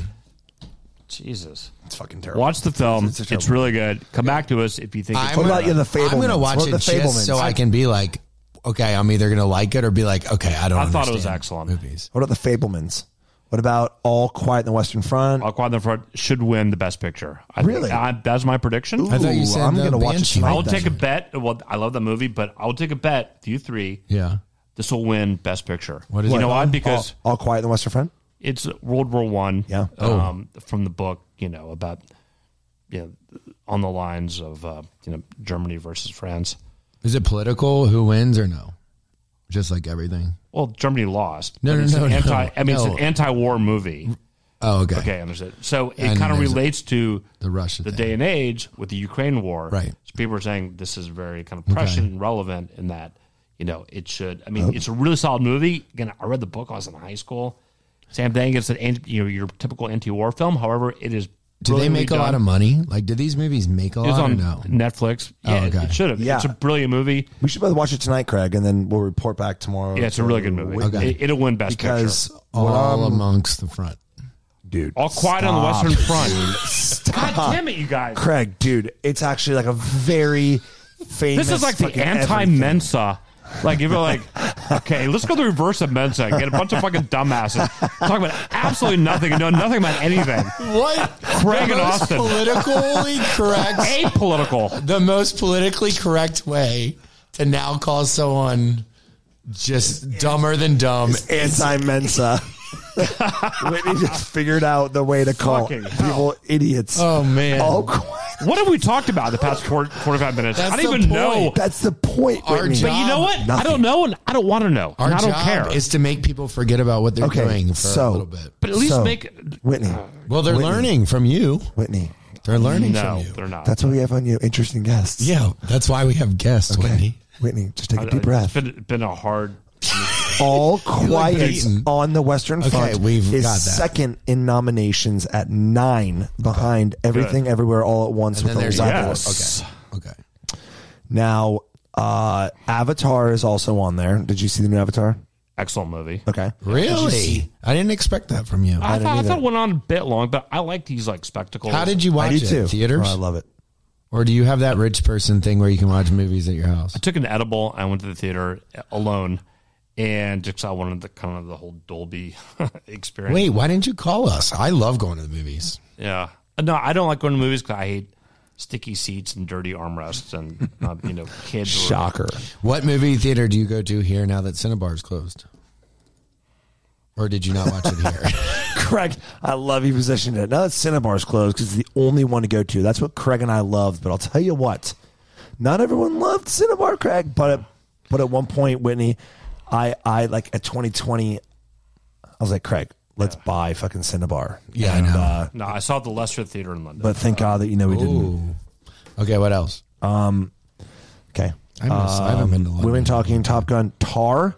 Speaker 4: Jesus.
Speaker 3: it's fucking terrible.
Speaker 4: Watch the film.
Speaker 3: It's a
Speaker 4: It's,
Speaker 3: terrible-
Speaker 4: really good. Come back to us if you think it's
Speaker 3: What about you, the Fablemans?
Speaker 2: I'm going to watch
Speaker 3: What
Speaker 2: it
Speaker 3: the
Speaker 2: just so
Speaker 3: Fablemans?
Speaker 2: I can be like, okay, I'm either going to like it or be like, okay, I don't.
Speaker 4: I thought it was
Speaker 2: understand
Speaker 4: excellent.
Speaker 2: Movies.
Speaker 3: What about the Fablemans? What about All Quiet in the Western Front?
Speaker 4: I'll in the front should win the best picture. I think-
Speaker 3: Really?
Speaker 4: I- that's my prediction.
Speaker 2: I thought you
Speaker 3: Ooh,
Speaker 2: said
Speaker 3: I'm
Speaker 2: the
Speaker 3: gonna watch it
Speaker 2: Banshee.
Speaker 3: tonight
Speaker 4: I'll
Speaker 3: like that.
Speaker 4: take a bet. Well, I love that movie, but I'll take a bet. with You three,
Speaker 2: Yeah.
Speaker 4: this will win best picture.
Speaker 2: What is
Speaker 4: you
Speaker 2: it
Speaker 4: know why?
Speaker 2: called?
Speaker 4: Because
Speaker 3: All, All Quiet in the Western Front.
Speaker 4: it's World War One.
Speaker 3: Yeah.
Speaker 4: Um,
Speaker 2: Oh.
Speaker 4: from the book, you know about you know on the lines of uh, you know Germany versus France.
Speaker 2: Is it political? Who wins or no? Just like everything.
Speaker 4: Well, Germany lost.
Speaker 2: No,
Speaker 4: but
Speaker 2: no,
Speaker 4: it's
Speaker 2: no,
Speaker 4: an
Speaker 2: no,
Speaker 4: anti, I mean, it's
Speaker 2: no.
Speaker 4: an anti-war movie.
Speaker 2: Oh, okay.
Speaker 4: Okay, understood. So
Speaker 2: I
Speaker 4: it
Speaker 2: know
Speaker 4: kind of
Speaker 2: there's a-
Speaker 4: relates to
Speaker 2: The Russia
Speaker 4: the
Speaker 2: thing.
Speaker 4: day and age with the Ukraine war.
Speaker 2: Right.
Speaker 4: So people are saying this is very kind of prescient and relevant in that, you know, it should. I mean,
Speaker 2: Oh.
Speaker 4: it's a really solid movie. Again, I read the book. I was in high school. Sam Dang it's an anti- you know your typical anti-war film. However, it is.
Speaker 2: Do they
Speaker 4: brilliantly
Speaker 2: make a lot
Speaker 4: done.
Speaker 2: of money? Like, did these movies make a
Speaker 4: It was
Speaker 2: lot
Speaker 4: on
Speaker 2: or no?
Speaker 4: Netflix. Yeah,
Speaker 2: Oh, okay.
Speaker 4: it should have.
Speaker 3: Yeah.
Speaker 4: It's a brilliant movie.
Speaker 3: We should both watch it tonight, Craig, and then we'll report back tomorrow.
Speaker 4: Yeah, it's a really good movie. It, it'll win best picture.
Speaker 3: Because what
Speaker 4: um,
Speaker 2: All
Speaker 3: I'm-
Speaker 2: amongst the front.
Speaker 3: dude,
Speaker 4: All quiet on the Western Front.
Speaker 3: Stop.
Speaker 4: God damn it, you guys!
Speaker 3: Craig, dude, it's actually like a very famous.
Speaker 4: This is like the
Speaker 3: fucking
Speaker 4: anti
Speaker 3: everything.
Speaker 4: Mensa. Like if you're like, okay, let's go the reverse of Mensa. and Get a bunch of fucking dumbasses talking about absolutely nothing and know nothing about anything.
Speaker 2: What?
Speaker 4: Craig and Austin.
Speaker 2: politically correct.
Speaker 4: Apolitical.
Speaker 2: the most politically correct way to now call someone just dumber than dumb.
Speaker 3: Anti Mensa. Whitney just figured out the way to call
Speaker 4: Fucking
Speaker 3: people idiots.
Speaker 2: Oh man,
Speaker 3: All quiet.
Speaker 4: What have we talked about in the past 40, 45 minutes?
Speaker 2: That's
Speaker 4: I don't
Speaker 2: the
Speaker 4: even know.
Speaker 2: point.
Speaker 3: That's the point.
Speaker 2: Our
Speaker 3: Whitney.
Speaker 2: job-
Speaker 4: But you know what? I
Speaker 3: Nothing.
Speaker 4: don't know and I don't want to know.
Speaker 2: our
Speaker 4: and I don't
Speaker 2: job
Speaker 4: care.
Speaker 2: is to make people forget about what they're
Speaker 3: Okay,
Speaker 2: doing for
Speaker 3: so-
Speaker 2: a little bit.
Speaker 4: but at least
Speaker 3: So,
Speaker 4: make.
Speaker 3: Whitney,
Speaker 2: Well, they're learning from you.
Speaker 3: Whitney,
Speaker 2: They're learning
Speaker 4: No,
Speaker 2: from you.
Speaker 4: they're not.
Speaker 3: that's what we have on you. Interesting guests.
Speaker 2: Yeah, that's why we have guests, Whitney.
Speaker 3: Whitney, just take a
Speaker 4: I-
Speaker 3: deep breath.
Speaker 4: It's been, been a hard.
Speaker 3: All Quiet
Speaker 2: beaten.
Speaker 3: on the Western
Speaker 2: Okay,
Speaker 3: Front
Speaker 2: we've
Speaker 3: is
Speaker 2: got that.
Speaker 3: second in nominations at nine behind Everything Everywhere All at Once. with
Speaker 2: Then there's
Speaker 3: Eliza
Speaker 2: yes. okay, okay.
Speaker 3: Now, uh, Avatar is also on there. Did you see the new Avatar?
Speaker 4: Excellent movie.
Speaker 3: Okay.
Speaker 2: Really, I didn't expect that from you.
Speaker 4: I, thought, I thought it went on a bit long, but I like these like spectacles.
Speaker 2: How did you watch
Speaker 3: I do
Speaker 2: it?
Speaker 3: too.
Speaker 2: Theaters,
Speaker 3: Oh, I love it.
Speaker 2: or do you have that rich person thing where you can watch movies at your house?
Speaker 4: took an edible. I went to the theater uh, alone, and just I wanted the kind of the whole Dolby experience.
Speaker 2: Wait, why didn't you call us? I love going to the movies.
Speaker 4: Yeah, Uh, no, I don't like going to movies because I hate sticky seats and dirty armrests and uh, you know kids. Shock.
Speaker 2: What movie theater do you go to here now that Cinnabar's closed? Or did you not watch it here?
Speaker 3: Craig, I love you positioned it. Now that Cinnabar's closed because it's the only one to go to. That's what Craig and I loved. But I'll tell you what, not everyone loved Cinnabar, Craig. But at, but at one point, Whitney, I I like at 2020, I was like, Craig, let's buy fucking Cinnabar.
Speaker 2: Yeah, I know.
Speaker 3: Uh,
Speaker 4: No, I saw the Lesser Theater in London.
Speaker 3: but thank God that you know we didn't.
Speaker 2: Ooh. Okay, what else?
Speaker 3: Okay.
Speaker 2: I, miss, I haven't been to London.
Speaker 3: Women Um, talking Top Gun, Tar,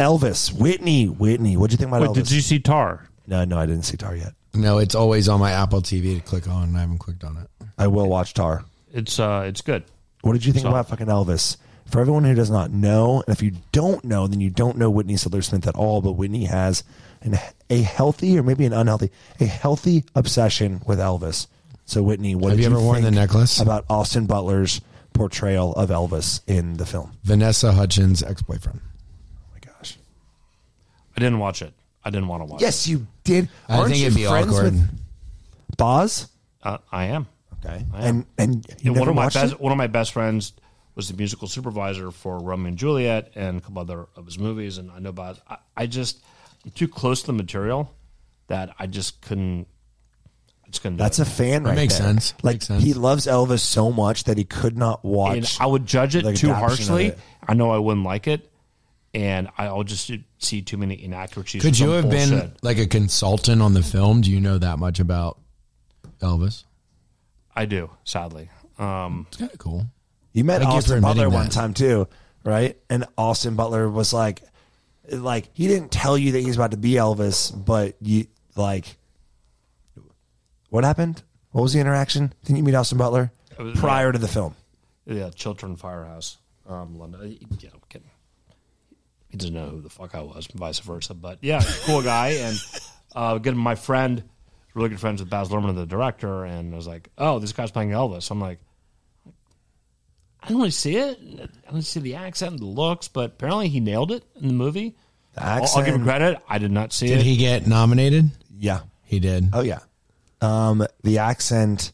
Speaker 3: Elvis, Whitney, Whitney. What'd you think about
Speaker 4: Wait,
Speaker 3: Elvis?
Speaker 4: did you see Tar?
Speaker 3: No, no, I didn't see Tar yet.
Speaker 2: No, it's always on my Apple TV to click on, and I haven't clicked on it.
Speaker 3: I will watch Tar.
Speaker 4: It's uh, it's good.
Speaker 3: What did you think about fucking Elvis? For everyone who does not know, and if you don't know, then you don't know Whitney Siddler Smith at all. But Whitney has an, a healthy, or maybe an unhealthy, a healthy obsession with Elvis. So Whitney, what
Speaker 2: Have
Speaker 3: did
Speaker 2: you ever worn the
Speaker 3: think
Speaker 2: necklace?
Speaker 3: about Austin Butler's portrayal of Elvis in the film?
Speaker 2: Vanessa Hudgens' ex boyfriend.
Speaker 3: Oh my gosh!
Speaker 4: I didn't watch it. I didn't want to watch. it.
Speaker 3: Yes, you did.
Speaker 2: I
Speaker 3: Aren't
Speaker 2: think
Speaker 3: you
Speaker 2: it'd be
Speaker 3: friends
Speaker 2: awkward.
Speaker 3: with Boz?
Speaker 4: uh, I am.
Speaker 3: Okay,
Speaker 4: I
Speaker 3: and
Speaker 4: am.
Speaker 3: and you
Speaker 4: And
Speaker 3: never
Speaker 4: one of my
Speaker 3: watched
Speaker 4: best
Speaker 3: it?
Speaker 4: one of my best friends was the musical supervisor for Romeo and Juliet and a couple other of his movies, and I know about. I, I just I'm too close to the material that I just couldn't. I It's gonna.
Speaker 3: That's a fan right
Speaker 2: makes
Speaker 3: there.
Speaker 2: sense.
Speaker 3: Like
Speaker 2: Makes sense.
Speaker 3: he loves Elvis so much that he could not
Speaker 4: and
Speaker 3: watch.
Speaker 4: I would judge it
Speaker 3: like,
Speaker 4: too
Speaker 3: adoption of
Speaker 4: harshly.
Speaker 3: it.
Speaker 4: I know I wouldn't like it, and I'll just see too many inaccuracies. or
Speaker 2: Could you
Speaker 4: some
Speaker 2: have
Speaker 4: bullshit.
Speaker 2: been like a consultant on the film? Do you know that much about Elvis?
Speaker 4: I do, sadly. Um,
Speaker 2: It's kind of cool.
Speaker 3: You met
Speaker 2: Thank you for
Speaker 3: Austin
Speaker 2: admitting
Speaker 3: Butler one
Speaker 2: that.
Speaker 3: time too, right? And Austin Butler was like, like he didn't tell you that he's about to be Elvis, but you like, what happened? What was the interaction? Didn't you meet Austin Butler
Speaker 4: was-
Speaker 3: prior to the film?
Speaker 4: yeah, Chiltern Firehouse, um, London. Yeah, I'm kidding. He doesn't know who the fuck I was, and vice versa. But yeah, cool guy, and uh, good. My friend, really good friends with Baz Luhrmann, the director, and I was like, oh, this guy's playing Elvis. I'm like, I don't really see it. I don't see the accent, and the looks, but apparently he nailed it in the movie.
Speaker 3: The
Speaker 4: I'll, I'll give him
Speaker 3: accent.
Speaker 4: credit. I did not see
Speaker 2: Did
Speaker 4: it.
Speaker 2: he get nominated?
Speaker 3: Yeah.
Speaker 2: He did.
Speaker 3: Oh yeah. Um, the accent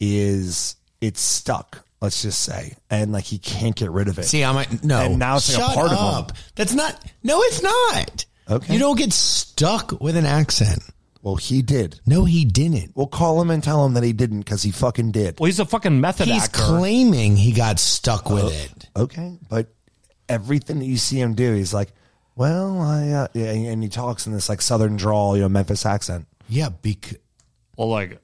Speaker 3: is it's stuck. Let's just say, and like he can't get rid of it.
Speaker 2: See, I might no.
Speaker 3: And now it's like a
Speaker 2: Shut
Speaker 3: part of him.
Speaker 2: up. That's not. No, it's not.
Speaker 3: Okay.
Speaker 2: You don't get stuck with an accent.
Speaker 3: Well, he did.
Speaker 2: No, he didn't.
Speaker 3: We'll call him and tell him that he didn't because he fucking did.
Speaker 4: well, he's a fucking method
Speaker 2: He's
Speaker 4: actor.
Speaker 2: claiming he got stuck
Speaker 3: Oh.
Speaker 2: with it.
Speaker 3: okay, but everything that you see him do, he's like, well, I, uh, yeah, and and he talks in this like southern drawl, you know, Memphis accent.
Speaker 2: Yeah, because
Speaker 4: well, like,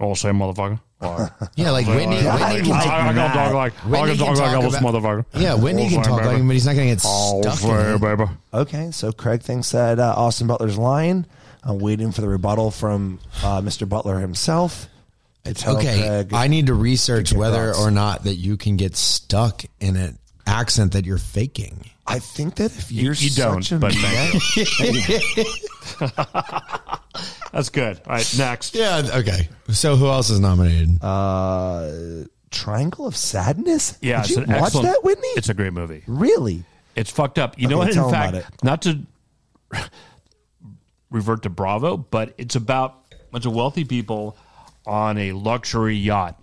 Speaker 4: all same motherfucker. Or,
Speaker 2: yeah,
Speaker 3: Oh,
Speaker 2: like Whitney.
Speaker 4: Yeah, I,
Speaker 2: Whitney can
Speaker 4: I,
Speaker 2: take-
Speaker 4: I, got dog like I
Speaker 2: Whitney
Speaker 4: got
Speaker 2: can
Speaker 4: dog like
Speaker 2: talk
Speaker 4: Elvis
Speaker 2: about-
Speaker 4: motherfucker.
Speaker 2: Yeah, Whitney
Speaker 4: Oh,
Speaker 2: can
Speaker 4: fine,
Speaker 2: talk
Speaker 4: baby.
Speaker 2: like him, but he's not going to get
Speaker 4: Oh,
Speaker 2: stuck.
Speaker 4: fine,
Speaker 2: in it.
Speaker 4: baby.
Speaker 3: Okay, so Craig thinks that uh, Austin Butler's lying. I'm waiting for the rebuttal from uh, Mr. Butler himself. to tell
Speaker 2: Okay,
Speaker 3: Craig-
Speaker 2: I need to research
Speaker 3: get
Speaker 2: whether
Speaker 3: rocks.
Speaker 2: or not that you can get stuck in an accent that you're faking.
Speaker 3: I think that if you're
Speaker 4: you don't,
Speaker 3: such a
Speaker 4: but
Speaker 3: man,
Speaker 4: thank That's good. All right, next.
Speaker 2: Yeah. Okay. So who else is nominated?
Speaker 3: uh, Triangle of Sadness. Did
Speaker 4: Yeah, it's
Speaker 3: you
Speaker 4: an
Speaker 3: watch
Speaker 4: excellent.
Speaker 3: that, Whitney?
Speaker 4: It's a great movie.
Speaker 3: really
Speaker 4: It's fucked up. You know
Speaker 3: Okay,
Speaker 4: what?
Speaker 3: tell
Speaker 4: In
Speaker 3: 'em about
Speaker 4: fact, not to revert to Bravo, but it's about a bunch of wealthy people on a luxury yacht,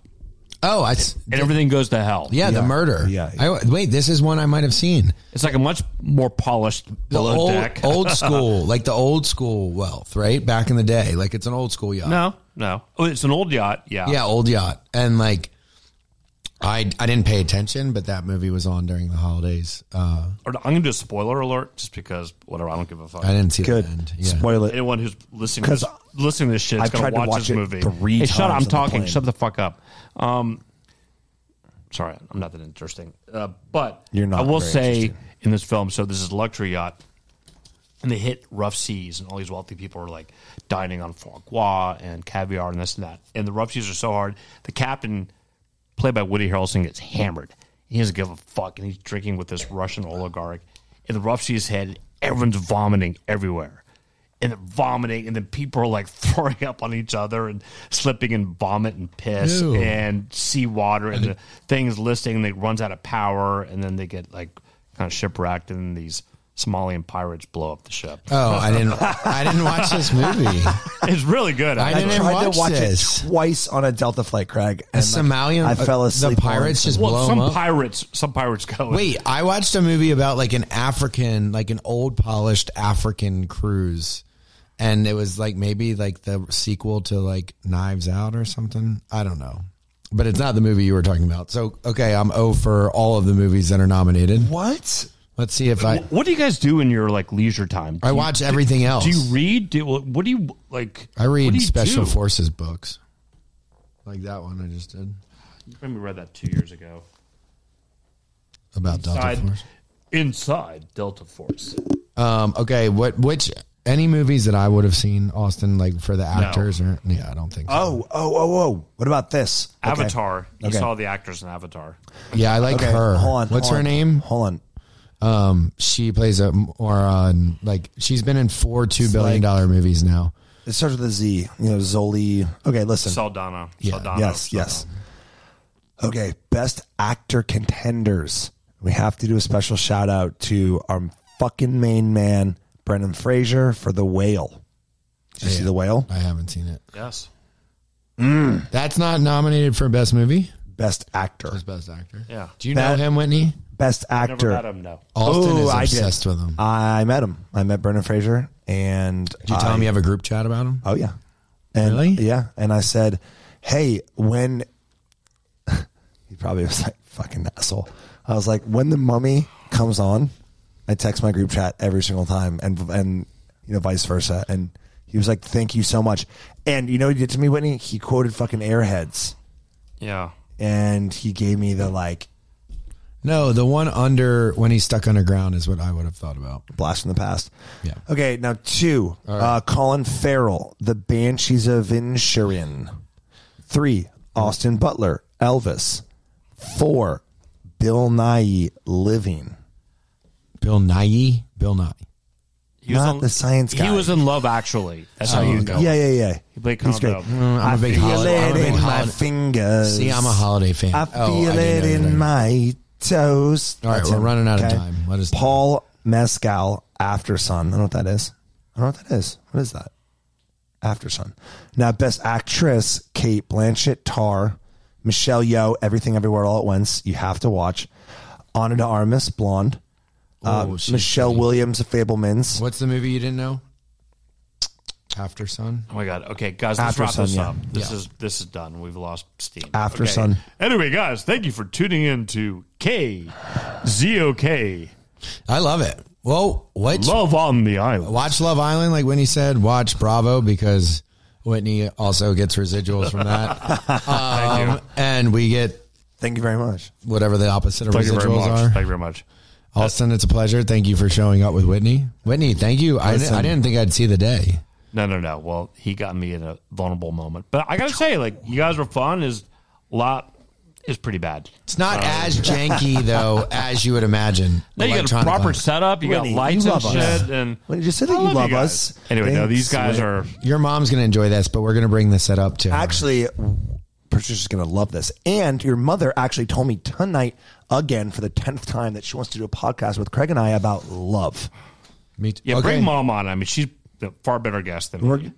Speaker 2: oh, I. s-
Speaker 4: and everything goes to hell.
Speaker 2: Yeah, the
Speaker 3: Yeah,
Speaker 2: murder.
Speaker 3: yeah.
Speaker 2: I, wait, this is one I might have seen.
Speaker 4: it's like a much more polished
Speaker 2: The
Speaker 4: below
Speaker 2: old,
Speaker 4: deck.
Speaker 2: old school, like the old school wealth, right? Back in the day, like it's an old school yacht.
Speaker 4: no, no. Oh, it's an old yacht. Yeah,
Speaker 2: Yeah, old yacht, and like. I, I didn't pay attention, but that movie was on during the holidays. Uh,
Speaker 4: Or- I'm gonna do a spoiler alert just because whatever. I don't give a fuck.
Speaker 2: I didn't see
Speaker 3: good.
Speaker 2: the end. Yeah.
Speaker 3: Spoil it.
Speaker 4: anyone who's listening
Speaker 3: 'Cause
Speaker 4: listening to this shit is
Speaker 3: I've
Speaker 4: going
Speaker 3: tried
Speaker 4: to
Speaker 3: to
Speaker 4: watch,
Speaker 3: watch
Speaker 4: this
Speaker 3: it
Speaker 4: movie.
Speaker 3: three
Speaker 4: hey, shut
Speaker 3: times
Speaker 4: up!
Speaker 3: on
Speaker 4: I'm
Speaker 3: the
Speaker 4: talking.
Speaker 3: plane.
Speaker 4: Shut the fuck up. Um, sorry, I'm not that interesting. Uh, but
Speaker 3: You're not
Speaker 4: I will
Speaker 3: very
Speaker 4: say
Speaker 3: interesting.
Speaker 4: in this film, so this is a luxury yacht, and they hit rough seas, and all these wealthy people are like dining on foie gras and caviar and this and that. And the rough seas are so hard. The captain, played by Woody Harrelson, gets hammered. He doesn't give a fuck, and he's drinking with this Russian oligarch. And the rough seas head, everyone's vomiting everywhere. And they're vomiting, and then people are like throwing up on each other and slipping in vomit and piss
Speaker 2: Ew.
Speaker 4: and seawater, and the thing is listing, and it runs out of power, and then they get like kind of shipwrecked, and then these Somalian pirates blow up the ship.
Speaker 2: Oh, I didn't. I didn't watch this movie.
Speaker 4: It's really good.
Speaker 2: I
Speaker 4: I,
Speaker 2: didn't
Speaker 3: tried
Speaker 2: watch,
Speaker 3: to watch
Speaker 2: this.
Speaker 3: it twice on a Delta flight, Craig.
Speaker 2: A
Speaker 3: and,
Speaker 2: Somalian.
Speaker 3: I fell
Speaker 2: uh,
Speaker 3: asleep
Speaker 2: The pirates
Speaker 3: on
Speaker 2: just
Speaker 4: well,
Speaker 2: blow
Speaker 4: some
Speaker 2: them up.
Speaker 4: pirates, some pirates go.
Speaker 2: Wait, I watched a movie about like an African, like an old polished African cruise. And it was like maybe like the sequel to like Knives Out or something. I don't know. But it's not the movie you were talking about. So, okay, I'm O for all of the movies that are nominated.
Speaker 3: What?
Speaker 2: Let's see if I.
Speaker 4: What do you guys do in your like leisure time?
Speaker 2: I
Speaker 4: Do you-
Speaker 2: watch everything else.
Speaker 4: Do you read? Do, what do you like?
Speaker 2: I
Speaker 4: what do
Speaker 2: read
Speaker 4: you
Speaker 2: Special
Speaker 4: do?
Speaker 2: Forces books. Like that one I just did
Speaker 4: I remember read that two years ago.
Speaker 2: about Delta
Speaker 4: Inside-
Speaker 2: Force.
Speaker 4: Inside Delta Force.
Speaker 2: Um, okay, what which any movies that I would have seen Austin like for the actors or yeah, I don't think so.
Speaker 3: Oh, oh, oh, oh. What about this? Okay.
Speaker 4: Avatar. You
Speaker 3: Okay.
Speaker 4: saw the actors in Avatar.
Speaker 2: Yeah, I like
Speaker 3: Okay,
Speaker 2: her.
Speaker 3: Hold on.
Speaker 2: What's
Speaker 3: hold
Speaker 2: her
Speaker 3: on,
Speaker 2: name?
Speaker 3: Hold on.
Speaker 2: Um, she plays a moron. Like she's been in four two billion
Speaker 3: like-
Speaker 2: dollar movies now.
Speaker 3: It starts with a Z. You know, Zoli. Okay, listen.
Speaker 4: Saldana. Saldana.
Speaker 3: yes, yes. Okay, best actor contenders. We have to do a special shout out to our fucking main man, Brendan Fraser, for The Whale. Did you see The Whale?
Speaker 2: I haven't seen it.
Speaker 4: Yes.
Speaker 2: That's not nominated for best movie.
Speaker 3: Best actor.
Speaker 2: That's best actor.
Speaker 4: Yeah.
Speaker 2: Do you
Speaker 3: That-
Speaker 2: know him, Whitney?
Speaker 3: Best
Speaker 4: Never met
Speaker 3: actor.
Speaker 4: him. No.
Speaker 2: Austin
Speaker 3: Ooh,
Speaker 2: is
Speaker 3: I did.
Speaker 2: obsessed with him.
Speaker 3: I met him. I met Brendan Fraser, and
Speaker 2: Did you tell
Speaker 3: I-
Speaker 2: him you have a group chat about him?
Speaker 3: Oh yeah. And,
Speaker 2: Really?
Speaker 3: Yeah. And I said, hey, when he probably was like fucking asshole. I was like, when the mummy comes on, I text my group chat every single time, and and you know vice versa. And he was like, thank you so much. And you know what he did to me, Whitney? He quoted fucking Airheads,
Speaker 4: Yeah.
Speaker 3: and he gave me the like
Speaker 2: No, the one under when he's stuck underground is what I would have thought about.
Speaker 3: blast from the past.
Speaker 2: Yeah.
Speaker 3: Okay, now two. Uh, Colin Farrell, The Banshees of Inisherin. Three. Austin Butler, Elvis. Four. Bill Nye, Living.
Speaker 2: Bill Nye. Bill Nye.
Speaker 4: He was
Speaker 3: Not the science guy.
Speaker 4: He was in love, actually. Uh, That's how you know.
Speaker 3: Yeah, yeah, yeah.
Speaker 4: He played
Speaker 3: He's
Speaker 4: Combo.
Speaker 3: great.
Speaker 2: I'm a big
Speaker 4: feel
Speaker 3: Feel
Speaker 2: holiday.
Speaker 3: it
Speaker 2: I'm a big
Speaker 3: in my
Speaker 2: holiday.
Speaker 3: fingers.
Speaker 2: See, I'm a holiday fan.
Speaker 3: I
Speaker 2: Oh,
Speaker 3: feel
Speaker 2: didn't
Speaker 3: it
Speaker 2: know that.
Speaker 3: in my toes.
Speaker 2: All right,
Speaker 3: That's
Speaker 2: we're
Speaker 3: him.
Speaker 2: running out of time. What is-
Speaker 3: Paul Mescal After Sun? I don't know what that is. I don't know what that is. What is that? After Sun. Now, Best Actress: Kate Blanchett, Tar, Michelle Yeoh, Everything Everywhere All at Once. You have to watch. Ana de Armas, Blonde. Uh,
Speaker 2: Oh, she's
Speaker 3: Michelle Williams, of Fablemans.
Speaker 2: What's the movie you didn't know? After Sun.
Speaker 4: Oh my god. Okay, guys, let's
Speaker 3: After
Speaker 4: wrap
Speaker 3: Sun,
Speaker 4: this
Speaker 3: yeah.
Speaker 4: up. This
Speaker 2: Yeah.
Speaker 4: is this is done. We've lost steam.
Speaker 3: After Sun.
Speaker 4: Anyway, guys, thank you for tuning in to K Z O K
Speaker 2: I love it. Well, what?
Speaker 4: Love on the Island.
Speaker 2: Watch Love Island, like Whitney said. Watch Bravo because Whitney also gets residuals from that, um, and we get
Speaker 3: Thank you very much.
Speaker 2: whatever the opposite of
Speaker 4: Thank you very
Speaker 2: residuals
Speaker 4: much.
Speaker 2: are.
Speaker 4: Thank you very much.
Speaker 2: Austin, it's a pleasure. Thank you for showing up with Whitney. Whitney, thank you. I, I didn't think I'd see the day.
Speaker 4: No, no, no. Well, he got me in a vulnerable moment. But I gotta say, like, you guys were fun. Is a lot is pretty bad.
Speaker 2: It's not as janky though as you would imagine.
Speaker 4: Now you got a
Speaker 2: Electronic
Speaker 4: proper
Speaker 2: violence.
Speaker 4: setup. You
Speaker 3: Whitney,
Speaker 4: got lights
Speaker 3: you
Speaker 4: and
Speaker 3: love
Speaker 4: shit.
Speaker 3: us.
Speaker 4: And
Speaker 3: Well, you just said that
Speaker 4: I
Speaker 3: you love
Speaker 4: you guys.
Speaker 3: us.
Speaker 4: Anyway, no,
Speaker 3: Thanks,
Speaker 4: these guys
Speaker 3: Whit.
Speaker 4: are.
Speaker 2: Your mom's gonna enjoy this, but we're gonna bring this set up to her.
Speaker 3: Actually, Patricia's going to love this. And your mother actually told me tonight, again, for the 10th time, that she wants to do a podcast with Craig and I about love.
Speaker 2: Me too.
Speaker 4: Yeah,
Speaker 2: Okay.
Speaker 4: bring mom on. I mean, she's a far better guest than me.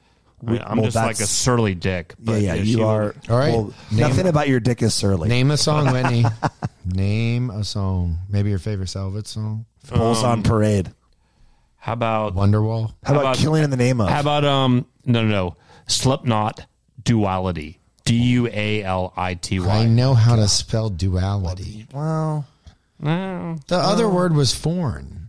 Speaker 4: I
Speaker 3: we-
Speaker 4: am
Speaker 3: well,
Speaker 4: just like a
Speaker 3: that's-
Speaker 4: surly dick. But
Speaker 3: yeah, yeah,
Speaker 4: if she
Speaker 3: you
Speaker 4: would-
Speaker 3: are.
Speaker 2: All right. Name-
Speaker 3: nothing about your dick is surly.
Speaker 2: Name a song, Whitney. Name a song. Maybe your favorite Salvage song.
Speaker 3: Bulls on parade.
Speaker 4: How about
Speaker 2: Wonderwall.
Speaker 3: How, about,
Speaker 4: about-
Speaker 3: killing in the name of?
Speaker 4: how about um no no no Slipknot duality D U A L I T
Speaker 2: I
Speaker 4: Y.
Speaker 2: know how to spell duality.
Speaker 3: well,
Speaker 2: The other word was foreign.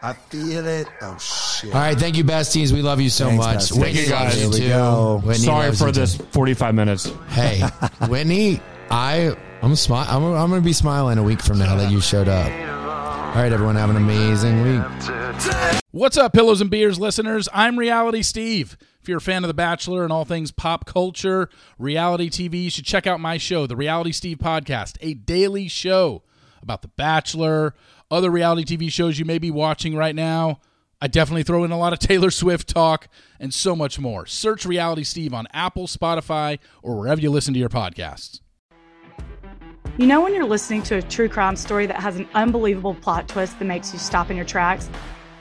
Speaker 3: I feel it. Oh shit.
Speaker 2: All right, thank you, besties. We love you so
Speaker 3: Thanks,
Speaker 2: much.
Speaker 3: besties.
Speaker 2: Whitney
Speaker 4: Thank you,
Speaker 2: loves
Speaker 4: guys.
Speaker 2: you
Speaker 3: Here we
Speaker 2: too.
Speaker 3: go.
Speaker 2: Whitney
Speaker 4: Sorry
Speaker 2: loves
Speaker 4: for
Speaker 2: you, too.
Speaker 4: this 45 minutes.
Speaker 2: Hey, Whitney, I I'm smi- I'm, I'm going to be smiling a week from now that you showed up. All right, everyone, have an amazing week.
Speaker 8: What's up, Pillows and Beers listeners? I'm Reality Steve. If you're a fan of The Bachelor and all things pop culture, reality TV, you should check out my show, The Reality Steve Podcast, a daily show about The Bachelor, other reality TV shows you may be watching right now. I definitely throw in a lot of Taylor Swift talk and so much more. Search Reality Steve on Apple, Spotify, or wherever you listen to your podcasts.
Speaker 9: You know, when you're listening to a true crime story that has an unbelievable plot twist that makes you stop in your tracks?